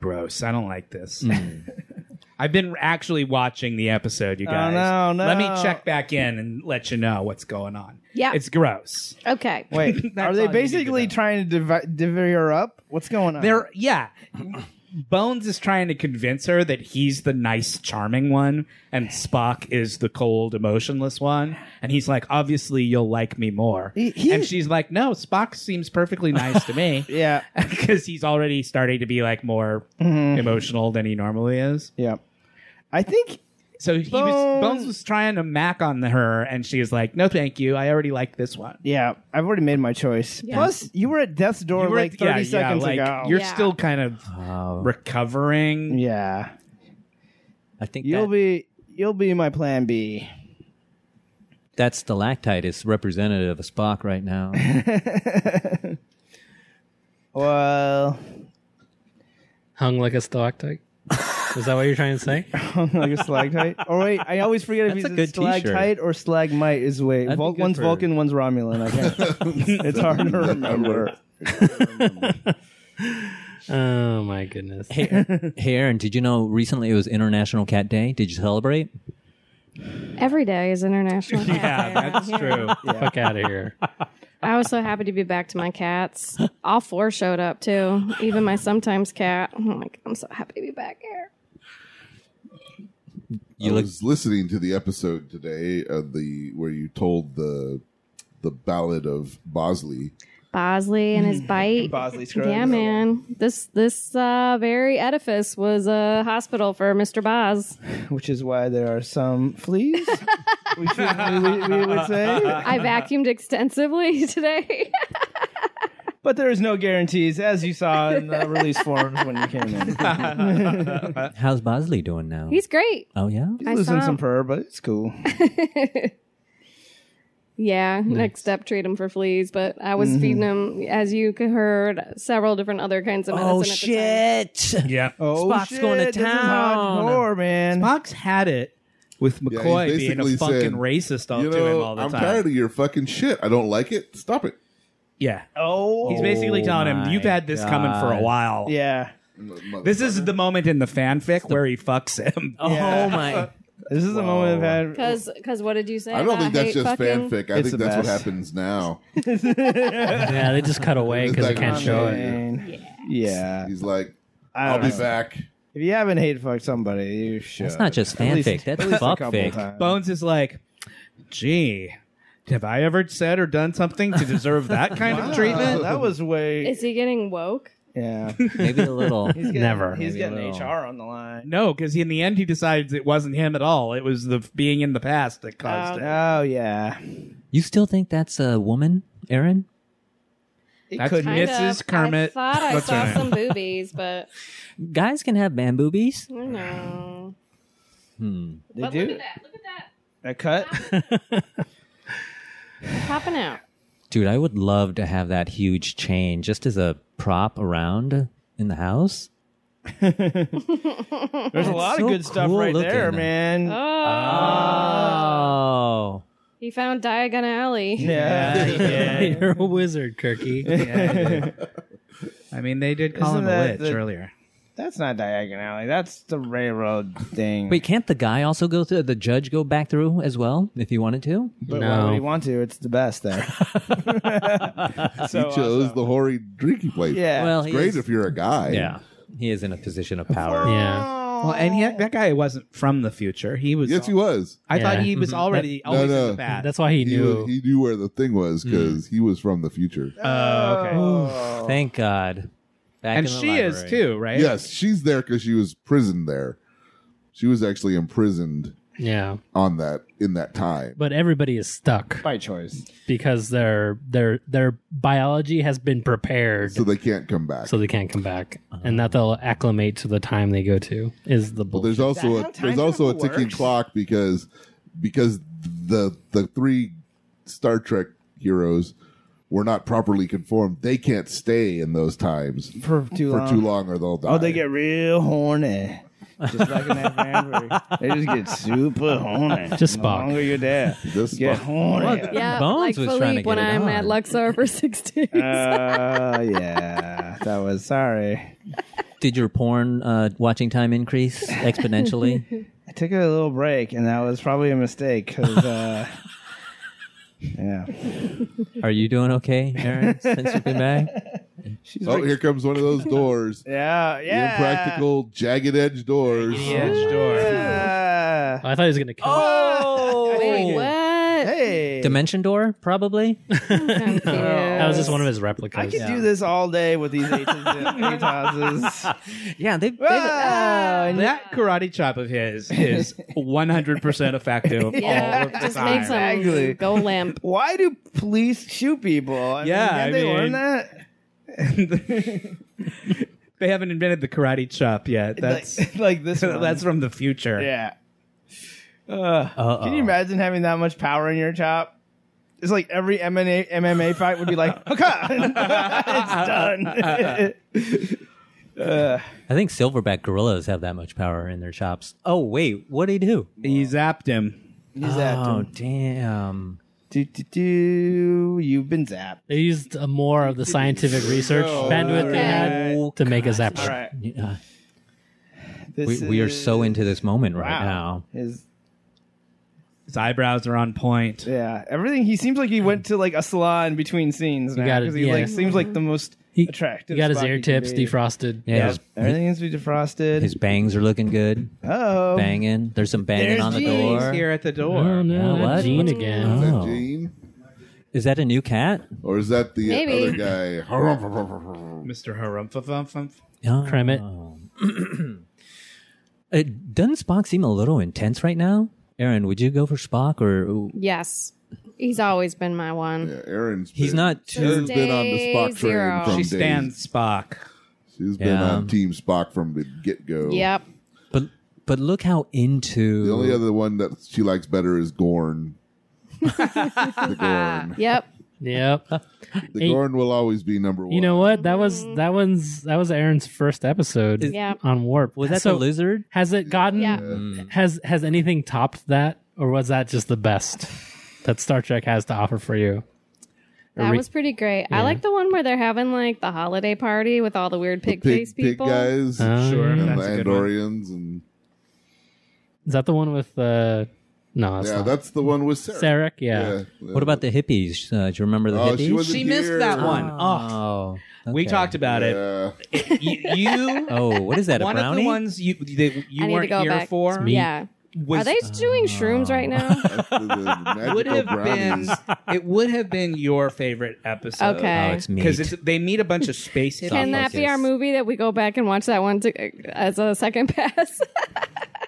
gross. I don't like this. Mm. I've been actually watching the episode, you guys. Oh, no, no. Let me check back in and let you know what's going on. Yeah. It's gross. okay. wait, That's are all you they need to basically know. trying to divi- divvy her up? What's going on? There yeah. Bones is trying to convince her that he's the nice, charming one, and Spock is the cold, emotionless one. And he's like, obviously, you'll like me more. He- he- and she's like, no, Spock seems perfectly nice to me. yeah, Because he's already starting to be like more Mm-hmm. emotional than he normally is. yeah. I think So he was Bones was trying to mac on the- her, and she was like, "No, thank you. I already like this one." Yeah, I've already made my choice. Plus, you were at death's door You were- like 30 yeah, yeah, seconds like, ago. You're Yeah. still kind of Oh, recovering. yeah. I think You'll that, be you'll be my plan B. that stalactite is representative of Spock right now. Well, Hung like a stalactite. Is that what you're trying to say? like a stalactite. or wait, I always forget if That's he's a a, good t-shirt. stalactite or slagmite is wait. That'd be Vul- good one's for- Vulcan, one's Romulan. I can't. it's hard to remember. Oh my goodness. hey, Aaron- hey, Aaron, did you know recently it was International Cat Day? Did you celebrate? Every day is International Cat Day around here. Fuck out of here. I was so happy to be back to my cats. All four showed up too, even my sometimes cat. Oh my god, I'm so happy to be back here. You I look. was listening to the episode today of the where you told the the ballad of Bosley. Bosley and his bite. Bosley Scruggs. Yeah, man. This this uh, very edifice was a hospital for Mr. Boz. Which is why there are some fleas. we, should, we, we- we would say, I vacuumed extensively today. but there is no guarantees, as you saw in the release forms when you came in. How's Bosley doing now? He's great. oh yeah. He's I losing saw some him. purr, but it's cool. Yeah, next up, treat him for fleas. But I Mm-hmm. was feeding him, as you c- heard, several different other kinds of medicine. Oh at the time. shit! Yeah. Oh, Spock's shit, going to this is town. hardcore, man. Spock's had it with he's McCoy being basically a fucking said, racist all you to him know, all the I'm time. tired of your fucking shit. I don't like it. Stop it. yeah. oh, He's basically Oh telling him, my "You've had this coming for a God. while." yeah. This is the moment in the fanfic where he fucks him. Oh Yeah. my! This is the moment I've had. Because, because what did you say? I don't about think that's hate just fucking? fanfic. I think It's the that's what best. happens now. Yeah, they just cut away because they can't show it. it. Yeah. He's like, I I'll don't be know. back. If you haven't hate fucked somebody, you should. That's not just At least- fanfic. That's at least a fuck couple fic. times. Bones is like, "Gee, have I ever said or done something to deserve that kind Wow, of treatment?" Uh, That was way. Is he getting woke? yeah. Maybe a little. Never. He's Maybe getting a little. HR on the line. No, because in the end he decides it wasn't him at all. It was the f- being in the past that caused it. Oh yeah. You still think that's a woman, Aaron? It That's could. Mrs. Kermit. I thought I What's her saw name? some boobies, but Guys can have man boobies. I don't know. They But do. look at that. Look at that. A cut. Popping out. Dude, I would love to have that huge chain just as a prop around in the house. There's a lot so of good stuff cool right looking. there, man. Oh. Oh. He found Diagon Alley. Yeah. You're a wizard, Kirky. I mean, they did call Isn't him a that witch the- earlier. That's not Diagon Alley. That's the railroad thing. Wait, can't the guy also go through? The judge go back through as well if he wanted to. but why No. would he want to? It's the best there. so he chose the hoary drinking place. Yeah. Well, It's he great is- if you're a guy. yeah, he is in a position of power. Yeah. Well, and yet that guy wasn't from the future. He was. Yes, he was. I thought Yeah. he Mm-hmm. was already No, always no. in the bad. That's why he He, knew. was- he knew where the thing was Mm. because he was from the future. Oh. Thank God. Back Oh, and in the she is library. too, right? Yes, she's there because she was prisoned there. She was actually imprisoned yeah. on that in that time. But everybody is stuck by choice. because their their their biology has been prepared So they can't come back. so they can't come back, and that they'll acclimate to the time they go to is the Well, bull. there's also a, there's also a ticking clock because because the the three Star Trek heroes were not properly conformed. They can't stay in those times For too for long. too long, or they'll die. Oh, they get real horny. Just like in that Granbury. They just get super horny. Just The Spock. longer you're there, Just get Spock. horny. Yeah, Bones like was Philippe trying to get when it I'm on. at Luxor for six days. Uh, yeah, that was sorry. Did your porn uh, watching time increase exponentially? I took a little break, and that was probably a mistake because, uh, yeah, Are you doing okay, Aaron? Since you've been back, she's Oh, like- here comes one of those doors. yeah, The yeah, impractical jagged edge doors. Edge door. Yeah. I thought he was gonna kill. Oh! Wait, what? Hey, dimension door probably. Kinda cute. That was just one of his replicas. I could do this all day with these eight, eight houses. Yeah, they. oh, Ah, and That karate chop of his is 100% effective. all Yeah, of the just time. make some Exactly. go limp. Why do police shoot people? I Yeah, mean, can I they mean- learn that? they haven't invented the karate chop yet. That's like, like this. One. that's from the future. yeah. Uh, can you imagine having that much power in your chop? It's like every MMA, MMA fight would be like, "Haka!" it's done. uh, I think silverback gorillas have that much power in their chops. Oh wait, what did he do? He zapped him. you zapped Oh him. damn! Do, do, do. You've been zapped. They used uh, more of the scientific research bandwidth they had to make a Zapdos. All right. Yeah. This We, we are so is- into this moment right Wow. now. His, His eyebrows are on point. yeah, everything. He seems like he went to like a salon between scenes now got it, because he like yeah. seems like the most He, attractive. he got his Spock ear can tips be. defrosted. Yeah, his- Everything needs to be defrosted. His bangs are looking good. oh, Banging. There's some banging There's on the Jeeves door. Here at the door. Oh no, Yeah, that what? Gene What's- again. Is that Oh. Gene? Is that a new cat? Or is that the Maybe. other guy? Mr. Harumph. Oh. Kermit. It uh, doesn't Spock seem a little intense right now? Aaron, would you go for Spock or Yes, he's always been my one. yeah, Aaron's. he's been- not Aaron's too been on the Day Spock zero. train from She day- stands Spock. She's been Yeah. on Team Spock from the get go. Yep. but but look how into The only other one that she likes better is Gorn. the Gorn. Yep. Yep. The Hey, Gorn will always be number one. You know what? That was that one's that was Aaron's first episode Yeah. on Warp. was that so? the lizard? has it gotten? Yeah. Has has anything topped that, or was that just the best that Star Trek has to offer for you? That re- was pretty great. I like the one where they're having like the holiday party with all the weird pig, Pig, face pig people. guys Uh, Sure. and the That's a good one. Andorians. And, Is that the one with uh, no? That's yeah, not. that's the one with Sarah. Sarek. Yeah. What about the hippies? Uh, do you remember the Oh, hippies? she wasn't She missed here. that one. Oh, We okay. talked about it. Yeah. You, you Oh, what is that? one a of the brownie? ones you that I you need to weren't go here back. for Yeah. was Are they doing shrooms right now? the, the would magical have brownies. been it would have been your favorite episode. Okay. oh, it's me. Because they meet a bunch of space Can hippies. Soft that be our focus. movie that we go back and watch that one to, as a second pass?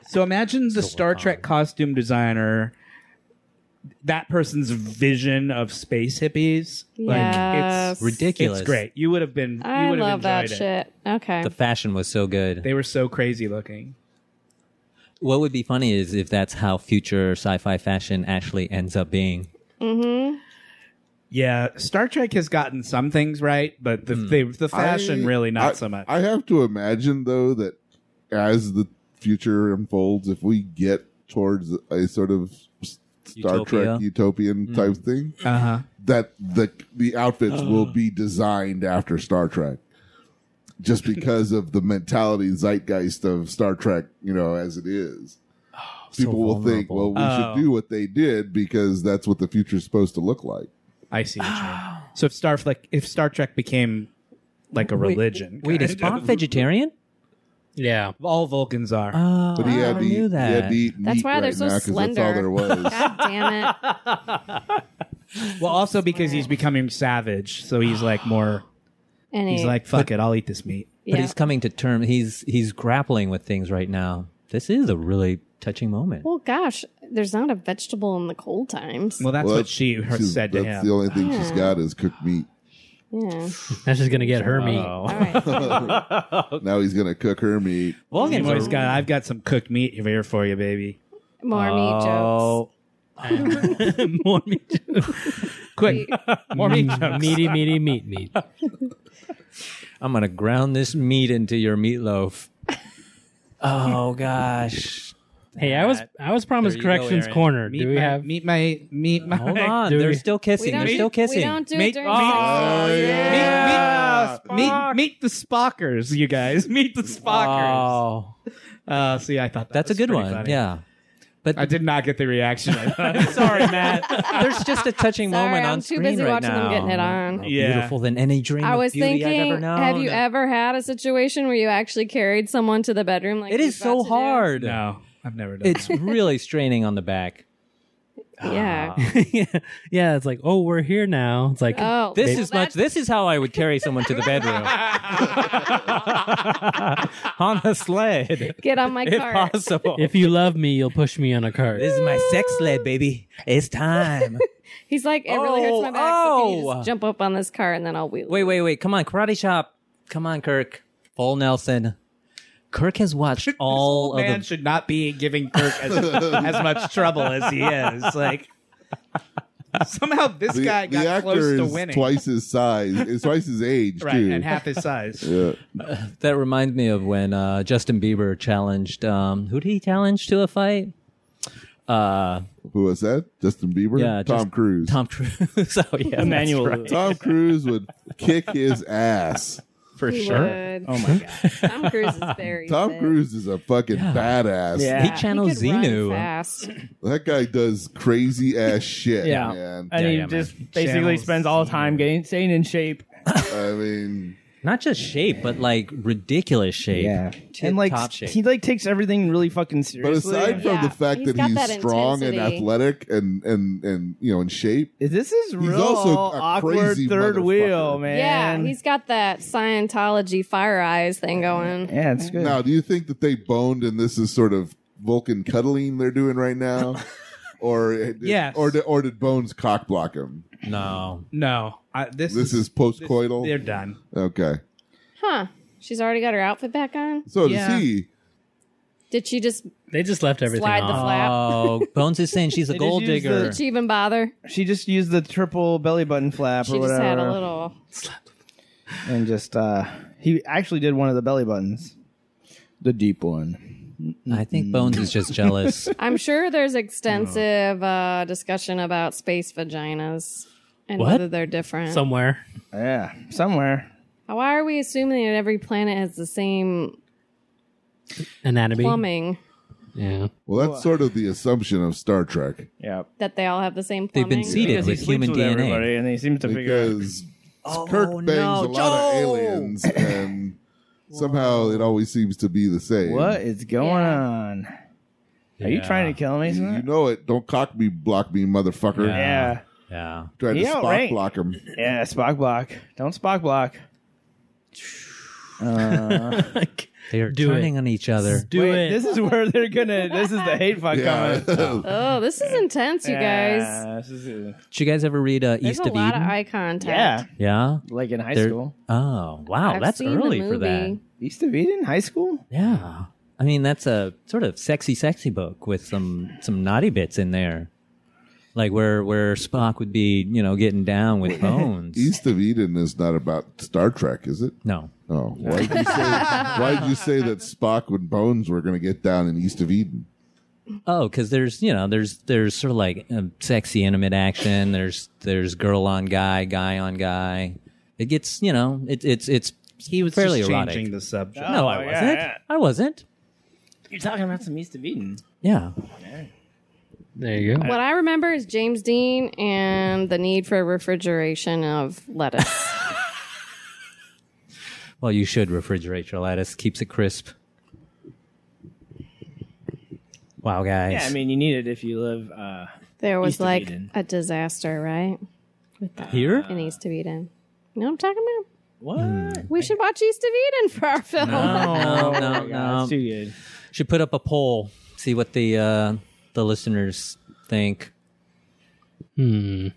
So imagine the Star Trek costume designer, that person's vision of space hippies. Yes. Like it's ridiculous. It's great. You would have been. You I would have love that enjoyed it. shit. Okay. The fashion was so good. They were so crazy looking. what would be funny is if that's how future sci-fi fashion actually ends up being. Yeah, Star Trek has gotten some things right, but Hmm. the they, the fashion I- really not I- so much. I have to imagine though that as the future unfolds, if we get towards a sort of s- Star Utopia. Mm. Trek utopian type thing, uh huh. that the the outfits will be designed after Star Trek. just because of the mentality zeitgeist of Star Trek, you know, as it is. Oh, People will think, well, we Oh. should do what they did because that's what the future's supposed to look like. I see. What you mean. So if Starfleck, if Star Trek became like a religion, Wait, is kind of- Spock vegetarian? Yeah. all Vulcans are. Oh, But he I had never to eat, knew he had that. to eat That's meat why they're right so now 'cause that's all slender. there was. God damn it. well, also because he's becoming savage, so he's like more. And He's he- like, fuck it, I'll eat this meat. yeah. But he's coming to term. He's he's grappling with things right now. This is a really touching moment. well, gosh, there's not a vegetable in the cold times. Well, that's Well, what she her She's- said to that's the him. only thing Oh. she's got is cooked meat. yeah. That's just going to get her Oh. meat. Oh. All right. Now he's going to cook her meat. Vulcans always got. I've got some cooked meat here for you, baby. More meat Oh. jokes. Oh. More meat. Quick, more meat jokes. Meaty, meaty, meat, meat. I'm gonna ground this meat into your meatloaf. oh gosh. Hey, I was That- I was promised There you go, corrections Aaron. corner. Meet Do we my, have meet my meet my Hold on. Do They're we- still We kissing. don't, They're do, still kissing. we don't do Meat- dirty oh, jokes. Meet, meet, meet, uh, meet the Spockers, you guys. Meet the Spockers. Wow. Uh, see, I thought that Oh, That's a was good pretty one. funny. Yeah. But I did not get the reaction. I thought. Sorry, Matt. there's just a touching Sorry, moment I'm on too screen busy right watching now. them getting it on. Yeah. Beautiful than any dream. I of was beauty I've thinking, ever known. have you ever had a situation where you actually carried someone to the bedroom? Like It you're is about so to do? hard. No, I've never done. It's really straining on the back. Yeah. yeah, it's like, oh, we're here now. It's like, Oh, Ah. This well, is much. that's- This is how I would carry someone to the bedroom on a sled, Get on my if cart. possible. if you love me, you'll push me on a cart. this is my sex sled, baby. It's time. He's like, it really hurts Oh, my back. so can you oh. just jump up on this cart and then I'll wheel. wait, wait, wait. Come on, karate shop. Come on, Kirk. Full Nelson. Kirk has watched all Old of man the. should not be giving Kirk as, as much trouble as he is. Like somehow this The, guy the got close actor to is winning, twice his size, is twice his age, right? too. And half his size. yeah. That reminds me of when uh, Justin Bieber challenged. Um, who did he challenge to a fight? Uh, Who was that? Justin Bieber? Yeah, Tom just- Cruise. Tom Cruise. oh yeah, that's Emmanuel right. Lewis. Tom Cruise would kick his ass. for sure. Oh my god. Tom Cruise is very Tom sick. Cruise is a fucking badass. Yeah, He channels could run Xenu. fast. That guy does crazy ass shit, Yeah. man. And he yeah, man. just basically Channels spends all the time getting staying in shape. I mean, Not just shape, but like ridiculous shape. and like top shape. he like takes everything really fucking but seriously. aside from Yeah. the fact He's that got he's that strong and intensity. athletic and and and you know in shape, this is real also a awkward crazy third motherfucker. wheel, Yeah, man. he's got that Scientology fire eyes thing going. yeah, it's good. Now, do you think that they boned and this is sort of Vulcan cuddling they're doing right now? or did, Yes. or did, or did Bones cock block him? No. No, I, this This is postcoital. They're done. okay. Huh. She's already got her outfit back on. So Yeah. does he. Did she just They just left everything slide the off. flap? Oh, Bones is saying she's a They just gold use the- digger. Did she even bother? She just used the triple belly button flap She or just whatever, had a little. and just uh, he actually did one of the belly buttons, the deep one. I think Bones is just jealous. I'm sure there's extensive uh, discussion about space vaginas and What? whether they're different. somewhere. Yeah, somewhere. Why are we assuming that every planet has the same Anatomy. plumbing? Yeah. Well, that's sort of the assumption of Star Trek. Yeah, That they all have the same They've plumbing? been seeded because he with sleeps human with DNA. everybody, and he seems to figure. Because Kirk bangs a lot of aliens and somehow it always seems to be the same. out What is going Yeah. on? Are you trying to kill me? You Isn't know it. Don't cock me, block me, motherfucker. Yeah. Yeah, Yeah. Trying to Yeah, spot right. block him. yeah. Spock block. Don't Spock block. Uh, They are Do it. turning on each other. Do wait, it. This is where they're gonna. This is the hate fuck Yeah. coming. Oh, this is intense, you guys. Yeah, this is- Did you guys ever read uh, There's East a of lot Eden? of eye contact. yeah, yeah. like in high They're- school. Oh, wow. I've That's seen the early for that. movie. East of Eden High School. Yeah. I mean, that's a sort of sexy, sexy book with some some naughty bits in there, like where where Spock would be, you know, getting down with Bones. East of Eden is not about Star Trek, is it? no. Oh, why did you say, why did you say that Spock and Bones were going to get down in East of Eden? Oh, because there's you know there's there's sort of like um, sexy intimate action. There's there's girl on guy, guy on guy. It gets you know it, it's it's he was fairly just erotic. changing the subject. no, I Oh, yeah, wasn't. yeah. I wasn't. You're talking about some East of Eden. Yeah. There you go. What I remember is James Dean and the need for refrigeration of lettuce. Well, you should refrigerate your lettuce. Keeps it crisp. Wow, guys. Yeah, I mean, you need it if you live. Uh, There was East of like Eden. a disaster, right? here. in East of Eden. You know what I'm talking about? what? We should watch East of Eden for our film. No, Oh no, my God, no. it's too good. Should put up a poll. See what the uh, the listeners think. Hmm.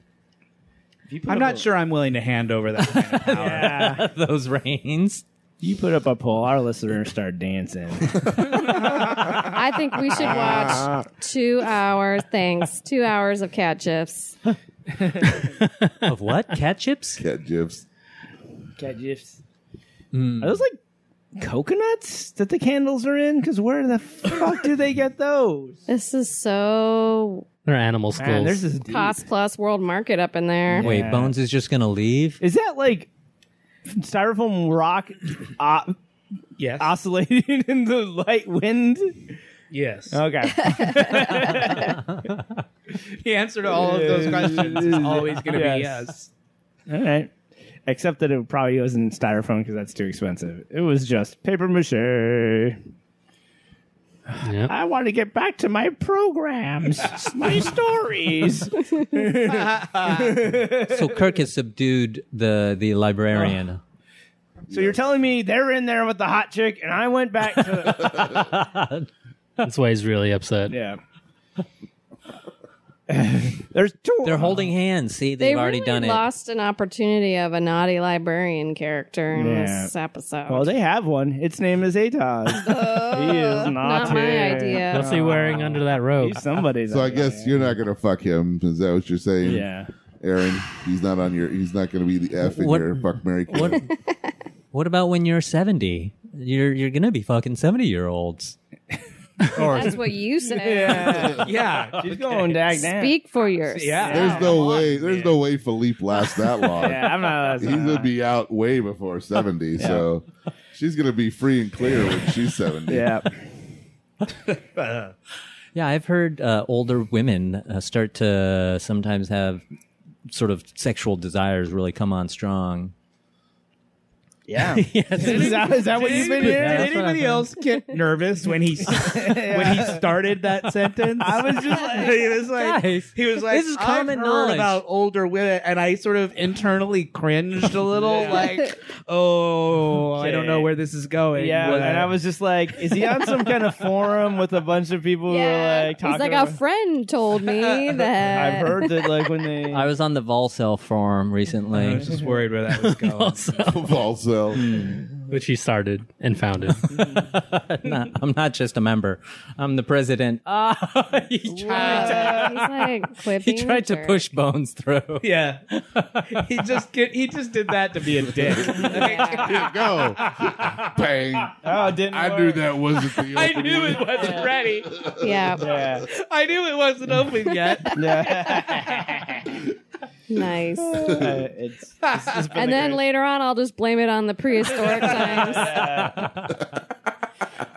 If you put I'm up not a- sure I'm willing to hand over that kind of power. Yeah, Those reins. you put up a poll, our listeners start dancing. I think we should watch two hours. Thanks, two hours of cat gifs. of what? Cat chips? Cat gifs. Cat gifs. Are those like coconuts that the candles are in? Because where the fuck do they get those? This is so They're animal schools. Man, there's this. cost plus world market up in there. Wait, Bones is just gonna leave. Is that like styrofoam rock uh, yes. oscillating in the light wind? yes. Uh, Okay. the answer to all of those questions is always going to be Yes. yes. All right. Except that it probably wasn't styrofoam because that's too expensive. It was just paper mache. Yep. I want to get back to my programs, my stories. So Kirk has subdued the the librarian. So you're telling me they're in there with the hot chick, and I went back to That's why he's really upset. yeah. There's two. They're holding hands. See, They they've already really done it. lost an opportunity of a naughty librarian character in Yeah. this episode. Well, Oh, they have one. Its name is Atos. he is not, Not my here. idea. What's he wearing under that robe? He's somebody's. So I idea. guess you're not gonna fuck him. Is that what you're saying? Yeah. Aaron, he's not on your. He's not gonna be the F in What- your fuck Mary. Kill. What? what about when you're seventy? You're you're gonna be fucking seventy year olds. That's what you said. Yeah. Yeah. She's going dag down. Speak for yours. Yeah. There's no way. There's no way Philippe lasts that long. Yeah, I'm not. He would be out way before 70. So she's going to be free and clear when she's 70. Yeah. Yeah, I've heard uh, older women uh, start to sometimes have sort of sexual desires really come on strong. Yeah. yes. Is that, is that what Did you've been anybody, hearing? did anybody else get nervous when he s- when he started that sentence? I was just like, he was like, Guys, he was like, this is I've common heard knowledge." about older women, and I sort of internally cringed a little, like, oh, I don't know where this is going. Yeah, but- and I was just like, is he on some kind of forum with a bunch of people who are like talking? He's like, about- a friend told me that. I've heard that like when they I was on the Volcel forum I recently. was just worried where that was going. Also, Which he started and founded. Not- I'm not just a member. I'm the president. Ah, he tried, Uh, he's like, quit he being a tried to jerk. push Bones through. yeah, he just get, he just did that to be a dick. here go. Bang. oh didn't I work. knew that wasn't the opening. I knew it wasn't ready. Yeah, Yeah, I knew it wasn't open yet. yeah. nice. Uh, it's, it's just been And the then greatest- later on, I'll just blame it on the prehistoric times.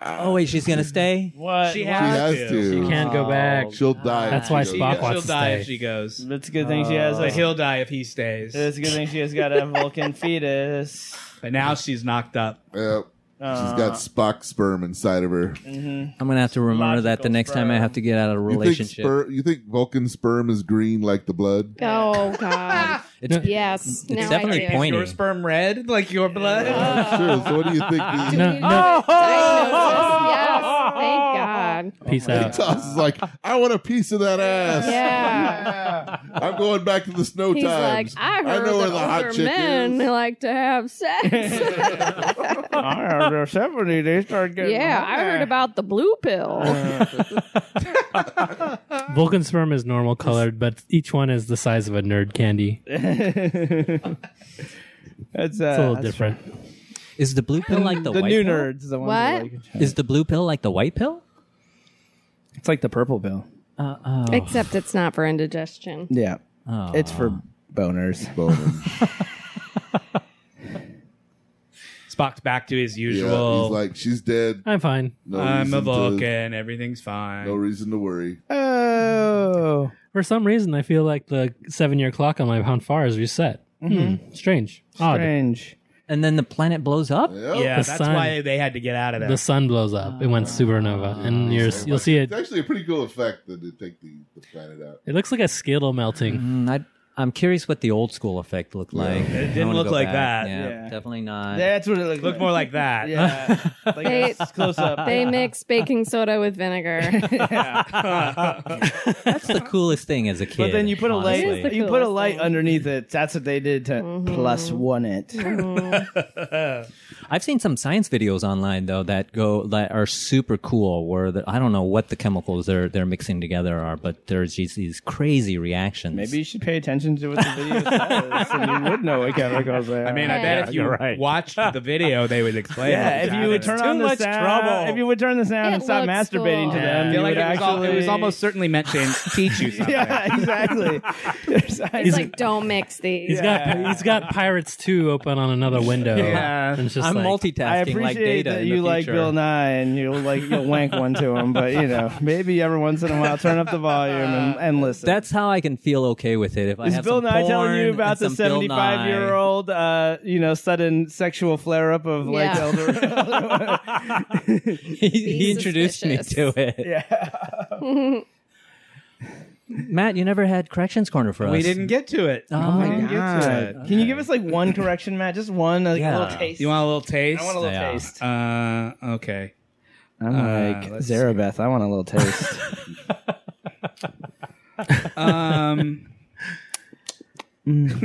Oh wait, she's gonna stay. what? She She what- has- has to. to. He can't go back. She'll die. if That's she why goes Spock back. wants- She'll to die stay. if she goes. It's a good thing she has. But A, he'll die if he stays. it's a good thing she has got a Vulcan fetus. But now she's knocked up. Yep. She's got Spock sperm inside of her. I'm gonna have to remember that the Logical next time I sperm. have to get out of a You think, relationship. sper- you think Vulcan sperm is green like the blood? Oh God! It's- Yes, now definitely I do. pointy. Your sperm red, like your blood. Sure. So what do you think? The- No, no. Oh, yes, thank God. Peace Oh out. Toss is like, I want a piece of that ass. Yeah, I'm going back to the snow he's like, times. I heard that older men like to have sex. I heard they're seventy. They start getting. yeah, I heard about the blue pill. Vulcan sperm is normal colored, but each one is the size of a nerd candy. It's That's, uh, a little that's different. Is the blue pill like the, The white new pill? nerds, the ones What? That like, Is the blue pill like the white pill? it's like the purple pill. Uh, oh. Except it's not for indigestion. Yeah, Oh. it's for boners. Bonum. Spock's back to his Yeah, usual. he's like, she's dead. I'm fine. No I'm reason a to- Vulcan. Everything's fine. no reason to worry. Oh. For some reason, I feel like the seven-year clock on my Hanfar is reset. Hmm. Strange. Odd. Strange. And then the planet blows up. Yep. yeah, The that's sun- why they had to get out of there. The sun blows up. It went supernova, and you're, you'll see It's it. actually a pretty cool effect that they take the, the planet out. It looks like a skittle melting. Mm, I, I'm curious what the old school effect looked like. It I didn't wanna look go like back. that. Yeah. definitely not. That's what it looked, Look more like that. Yeah. like They- that's close up. They mix baking soda with vinegar. That's the coolest thing as a kid. But then you put a light. It is the You put a coolest light thing. underneath it. That's what they did to plus one it. I've seen some science videos online though that go that are super cool. Where the, I don't know what the chemicals they're they're mixing together are, but there's just these crazy reactions. Maybe you should pay attention to what the video says, and you would know what chemicals they are. I mean, I Yeah, bet if you watched the video, they would explain. yeah, it. if you would turn It's on too the much sound, trouble. if you would turn the sound It and stop looks masturbating cool. to I them, feel you like would it was, actually. all, it was almost certainly meant to teach you something. Yeah, exactly. There's- It's like, don't mix these. He's got he's got Pirates Two open on another window. Yeah. and it's just I'm like, multitasking I like appreciate data. that in you the like future. Bill Nye and you'll like you'll wank one to him, but you know maybe every once in a while turn up the volume and, and listen. That's how I can feel okay with it. If I Is have Bill some Nye porn telling you and about the some Bill 75 year Nye. old, uh, you know, sudden sexual flare up of like Yeah. elder? he, he introduced me suspicious. to it. yeah. Matt, you never had corrections corner for us. We didn't get to it. Oh, We my didn't get to it. Can you give us like one correction, Matt? Just one, like, a Yeah. little taste. You want a little taste? I want a little Yeah. taste. Uh, okay. I'm uh, like, like Zarabeth. I want a little taste. Um,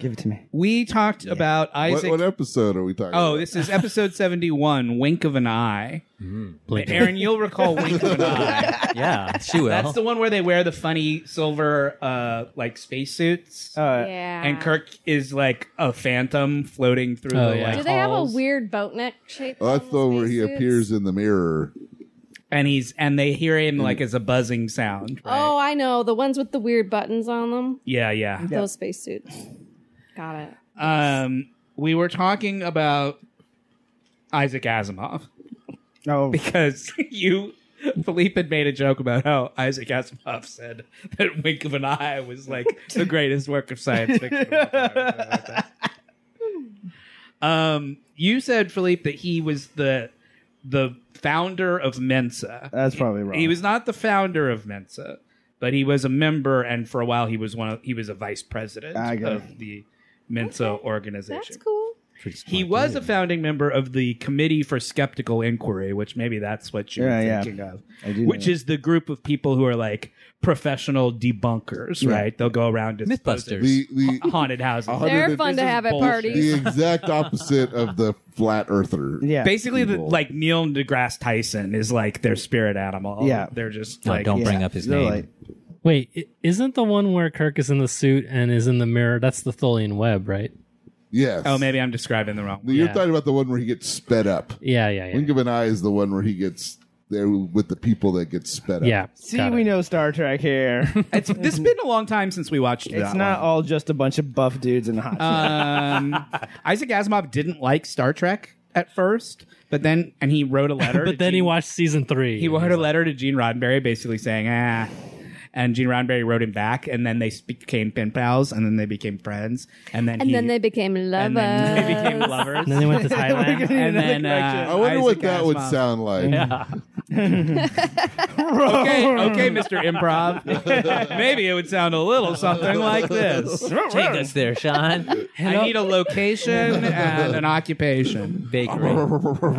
give it to me. we talked about What, Isaac. what episode are we talking oh, about? this is episode seventy-one. Wink of an eye. blink. Aaron, you'll recall Wink of an Eye. Yeah, she will. That's the one where they wear the funny silver uh like spacesuits. Uh, Yeah. and Kirk is like a phantom floating through Oh, the yeah. like Do they have a halls. weird boat neck shape? Oh, that's the one where he appears in the mirror. and he's and they hear him like Mm. as a buzzing sound. Right? Oh, I know. The ones with the weird buttons on them. yeah, yeah. Those spacesuits. Got it. Um, we were talking about Isaac Asimov oh, because you. Philippe had made a joke about how Isaac Asimov said that Wink of an Eye was like the greatest work of science fiction. of all time, or something like that. um, you said Philippe that he was the the founder of Mensa. that's probably wrong. He was not the founder of Mensa, but he was a member, and for a while he was one. Of, he was a vice president I got of the Mensa organization. That's cool. He was a founding member of the Committee for Skeptical Inquiry, which maybe that's what you were Yeah, yeah. thinking of, I do which know. is the group of people who are like professional debunkers, right? They'll go around to Mythbusters. The the haunted houses. Other They're than- fun to this is have at bullshit. the parties. exact opposite of the flat earther. yeah. Basically, the, People. like Neil deGrasse Tyson is like their spirit animal. Yeah. they're just No, like don't Yeah. bring up his They're name. like- Wait, i- isn't the one where Kirk is in the suit and is in the mirror? That's the Tholian web, right? Yes. Oh, maybe I'm describing the wrong. one. You're Yeah. talking about the one where he gets sped up. Yeah, yeah, yeah. Wink of an Eye is the one where he gets there with the people that get sped up. yeah. See, got we it. know Star Trek here. It's this has been a long time since we watched. it's that not one. all just a bunch of buff dudes in Uh, hot. um, Isaac Asimov didn't like Star Trek at first, but then and he wrote a letter. to But then he Gene- watched season three. He wrote a letter to Gene Roddenberry, basically saying ah. And Gene Roddenberry wrote him back, and then they sp- became pen pals, and then they became friends, and then And he, then they became and then they lovers. became lovers. And then they went to Thailand. and then, uh, I wonder what Isaac that would Asimov- sound like. Okay, okay, Mr. Improv. Maybe it would sound a little something like this. Take us there, Sean. I need a location and an occupation. Bakery. I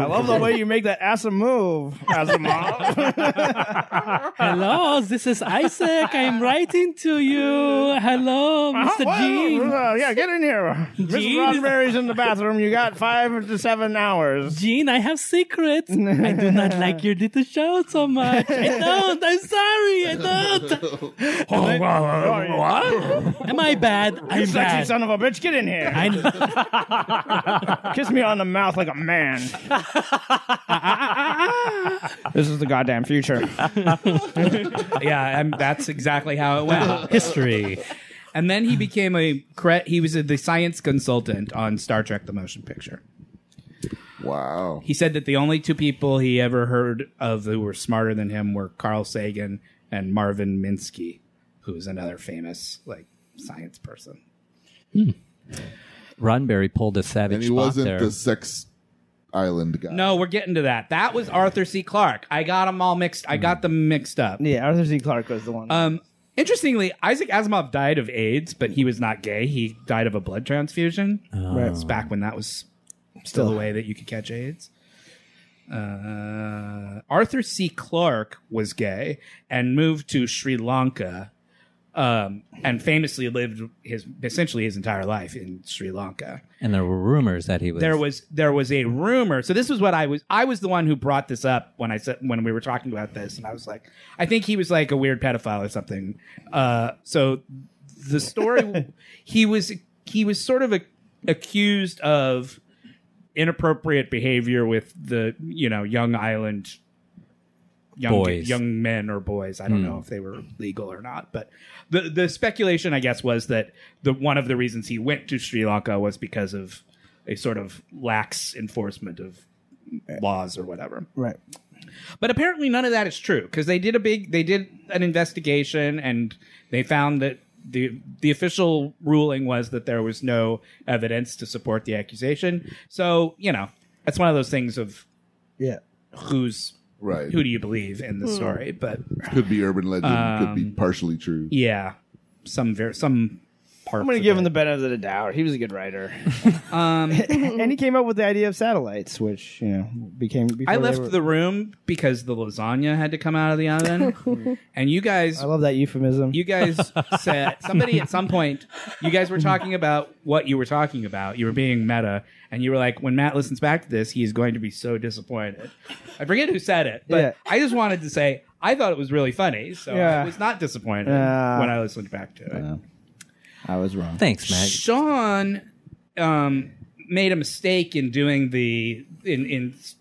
love the way you make that ass a move, Asimov. Hello, this is Isaac. I'm writing to you. Hello, Ah, Mr. Gene. Uh, yeah, get in here. Mrs. Gene? Roddenberry's in the bathroom. You got five to seven hours. Gene, I have secrets. I do not like your little show so much. I don't. I'm sorry. I don't. Oh, Am I bad? I'm Sexy bad. son of a bitch, get in here. I, Kiss me on the mouth like a man. this is the goddamn future. Yeah, and that's exactly how it went. history. And then he became a cre- he was a, the science consultant on Star Trek: The Motion Picture. Wow. He said that the only two people he ever heard of who were smarter than him were Carl Sagan and Marvin Minsky, who's another famous like science person. Roddenberry pulled a savage and he Spock wasn't there. the sex island guy. No, we're getting to that. That was Arthur C. Clarke. I got them all mixed. I got them mixed up. Yeah, Arthur C. Clarke was the one. Um, interestingly, Isaac Asimov died of AIDS, but he was not gay. He died of a blood transfusion. Right. It's back when that was still the way that you could catch AIDS. Uh, Arthur C. Clarke was gay and moved to Sri Lanka, um, and famously lived his essentially his entire life in Sri Lanka and there were rumors that he was. there was there was a rumor. So this was what I was I was the one who brought this up when I said when we were talking about this, and I was like, I think he was like a weird pedophile or something. Uh, so the story he was he was sort of a, accused of inappropriate behavior with the you know young island young Boys. young men or boys i don't know if they were legal or not but the the speculation i guess was that the one of the reasons he went to sri lanka was because of a sort of lax enforcement of laws or whatever right. but apparently none of that is true because they did a big they did an investigation and they found that the the official ruling was that there was no evidence to support the accusation. So, you know, that's one of those things of Yeah. who's Right. who do you believe in the story, but could be urban legend, could be partially true. yeah, some ver- some parts I'm going of to give him it. the benefit of the doubt. He was a good writer. Um, and he came up with the idea of satellites, which, you know, became. before I they left were- the room because the lasagna had to come out of the oven. and you guys I love that euphemism. you guys said somebody at some point you guys were talking about what you were talking about you were being meta and you were like when matt listens back to this he is going to be so disappointed i forget who said it but Yeah. i just wanted to say i thought it was really funny so i Yeah. was not disappointed Yeah. when i listened back to it I was wrong. Thanks, Matt. Sean um, made a mistake in doing the in in s-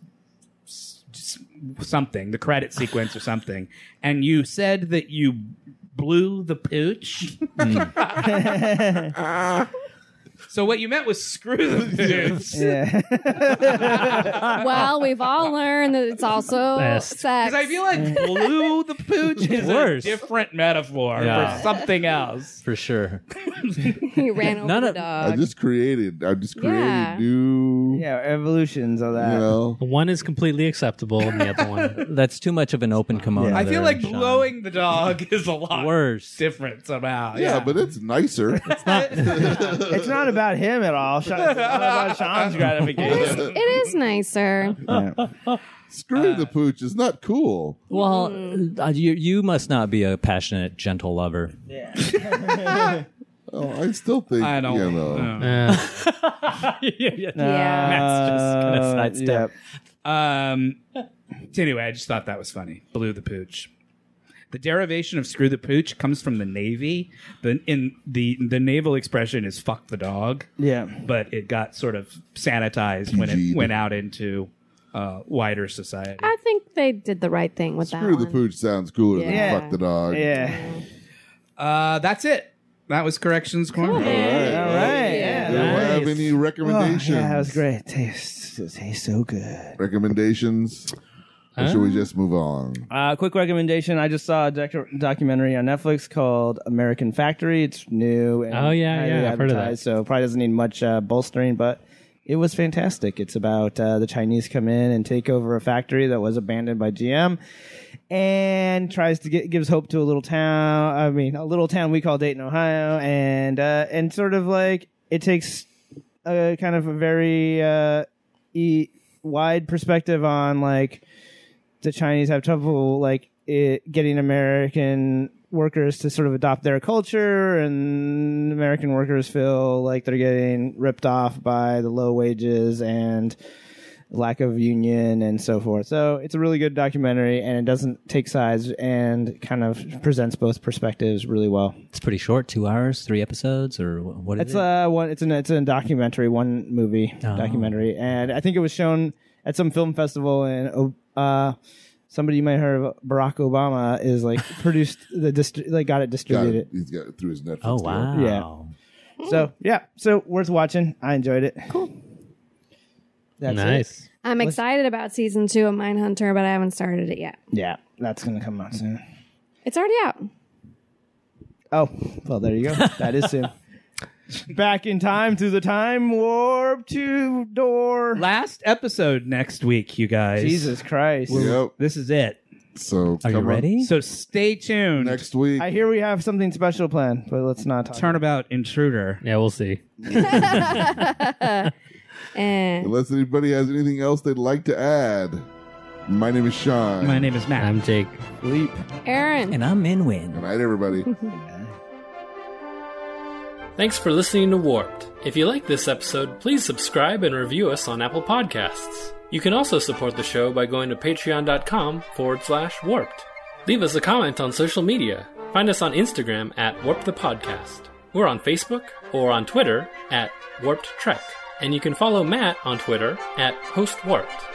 s- something the credit sequence or something, and you said that you blew the pooch. Mm. so what you meant was screw the pooch. Yeah. well, we've all learned that it's also Best. sex. Because I feel like blew the pooch is Worse. a different metaphor Yeah. for something else. For sure. he ran over None the of- I dog. just created. I just created Yeah. new. yeah, evolutions of You that. know. One is completely acceptable, and the other one. That's too much of an open kimono. Yeah. I Mm. feel there, like Sean. blowing the dog is a lot worse. different somehow. Yeah, but it's nicer. It's not about him at all. Sean- It's not about Sean's it, gratification. is, it is nicer. Yeah. Screw the pooch is not cool. Well, uh, you you must not be a passionate, gentle lover. Oh, I still think I don't you know. Uh, Uh, Matt's just gonna sidestep. yeah. Um. so anyway, I just thought that was funny. Blew the pooch. The derivation of "screw the pooch" comes from the Navy. The in the the naval expression is "fuck the dog," Yeah. but it got sort of sanitized when it PG'd. went out into uh, wider society. I think they did the right thing with Screw that the one. pooch sounds cooler Yeah. than fuck the dog. Yeah. Uh, that's it. That was corrections corner. All All right. right. Do Oh, Yeah. you have any recommendations? yeah, that was great. Tastes, it tastes so good. Recommendations? Or should we just move on? Uh, quick recommendation: I just saw a docu- documentary on Netflix called "American Factory." It's new. And Oh, yeah, highly yeah, I've heard of that. advertised, So probably doesn't need much uh, bolstering, but it was fantastic. It's about uh, the Chinese come in and take over a factory that was abandoned by GM, and tries to get gives hope to a little town. I mean, a little town we call Dayton, Ohio, and uh, and sort of like it takes a kind of a very uh, e- wide perspective on like the Chinese have trouble like it, getting American workers to sort of adopt their culture, and American workers feel like they're getting ripped off by the low wages and lack of union and so forth. So it's a really good documentary, and it doesn't take sides and kind of presents both perspectives really well. It's pretty short, two hours, three episodes, or wh- what is It's it? Oh. uh one. It's an it's a documentary, one movie documentary, and I think it was shown at some film festival in. O- Uh, somebody you might have heard of, Barack Obama, is like produced the distri- like got Got it it. distributed. He's got it through his Netflix. oh deal. wow! Yeah. So yeah, so worth watching. I enjoyed it. Cool. That's it. nice. I'm excited about season two of Mindhunter, but I haven't started it yet. Yeah, that's gonna come out soon. It's already out. Oh, well, there you go. That is soon. Back in time through the time warp to door. Last episode next week, you guys. Jesus Christ! Yep. This is it. So Are you come on ready? So stay tuned. next week. I hear we have something special planned, but let's not talk. Turnabout Intruder. Yeah, we'll see. Eh. Unless anybody has anything else they'd like to add. My name is Sean. My name is Matt. I'm Jake. Leap. Aaron. and I'm in win. Good night, everybody. Thanks for listening to Warped. If you like this episode, please subscribe and review us on Apple Podcasts. You can also support the show by going to patreon.com forward slash warped. Leave us a comment on social media. Find us on Instagram at Warped the Podcast. We're on Facebook or on Twitter at Warped Trek. And you can follow Matt on Twitter at Host Warped.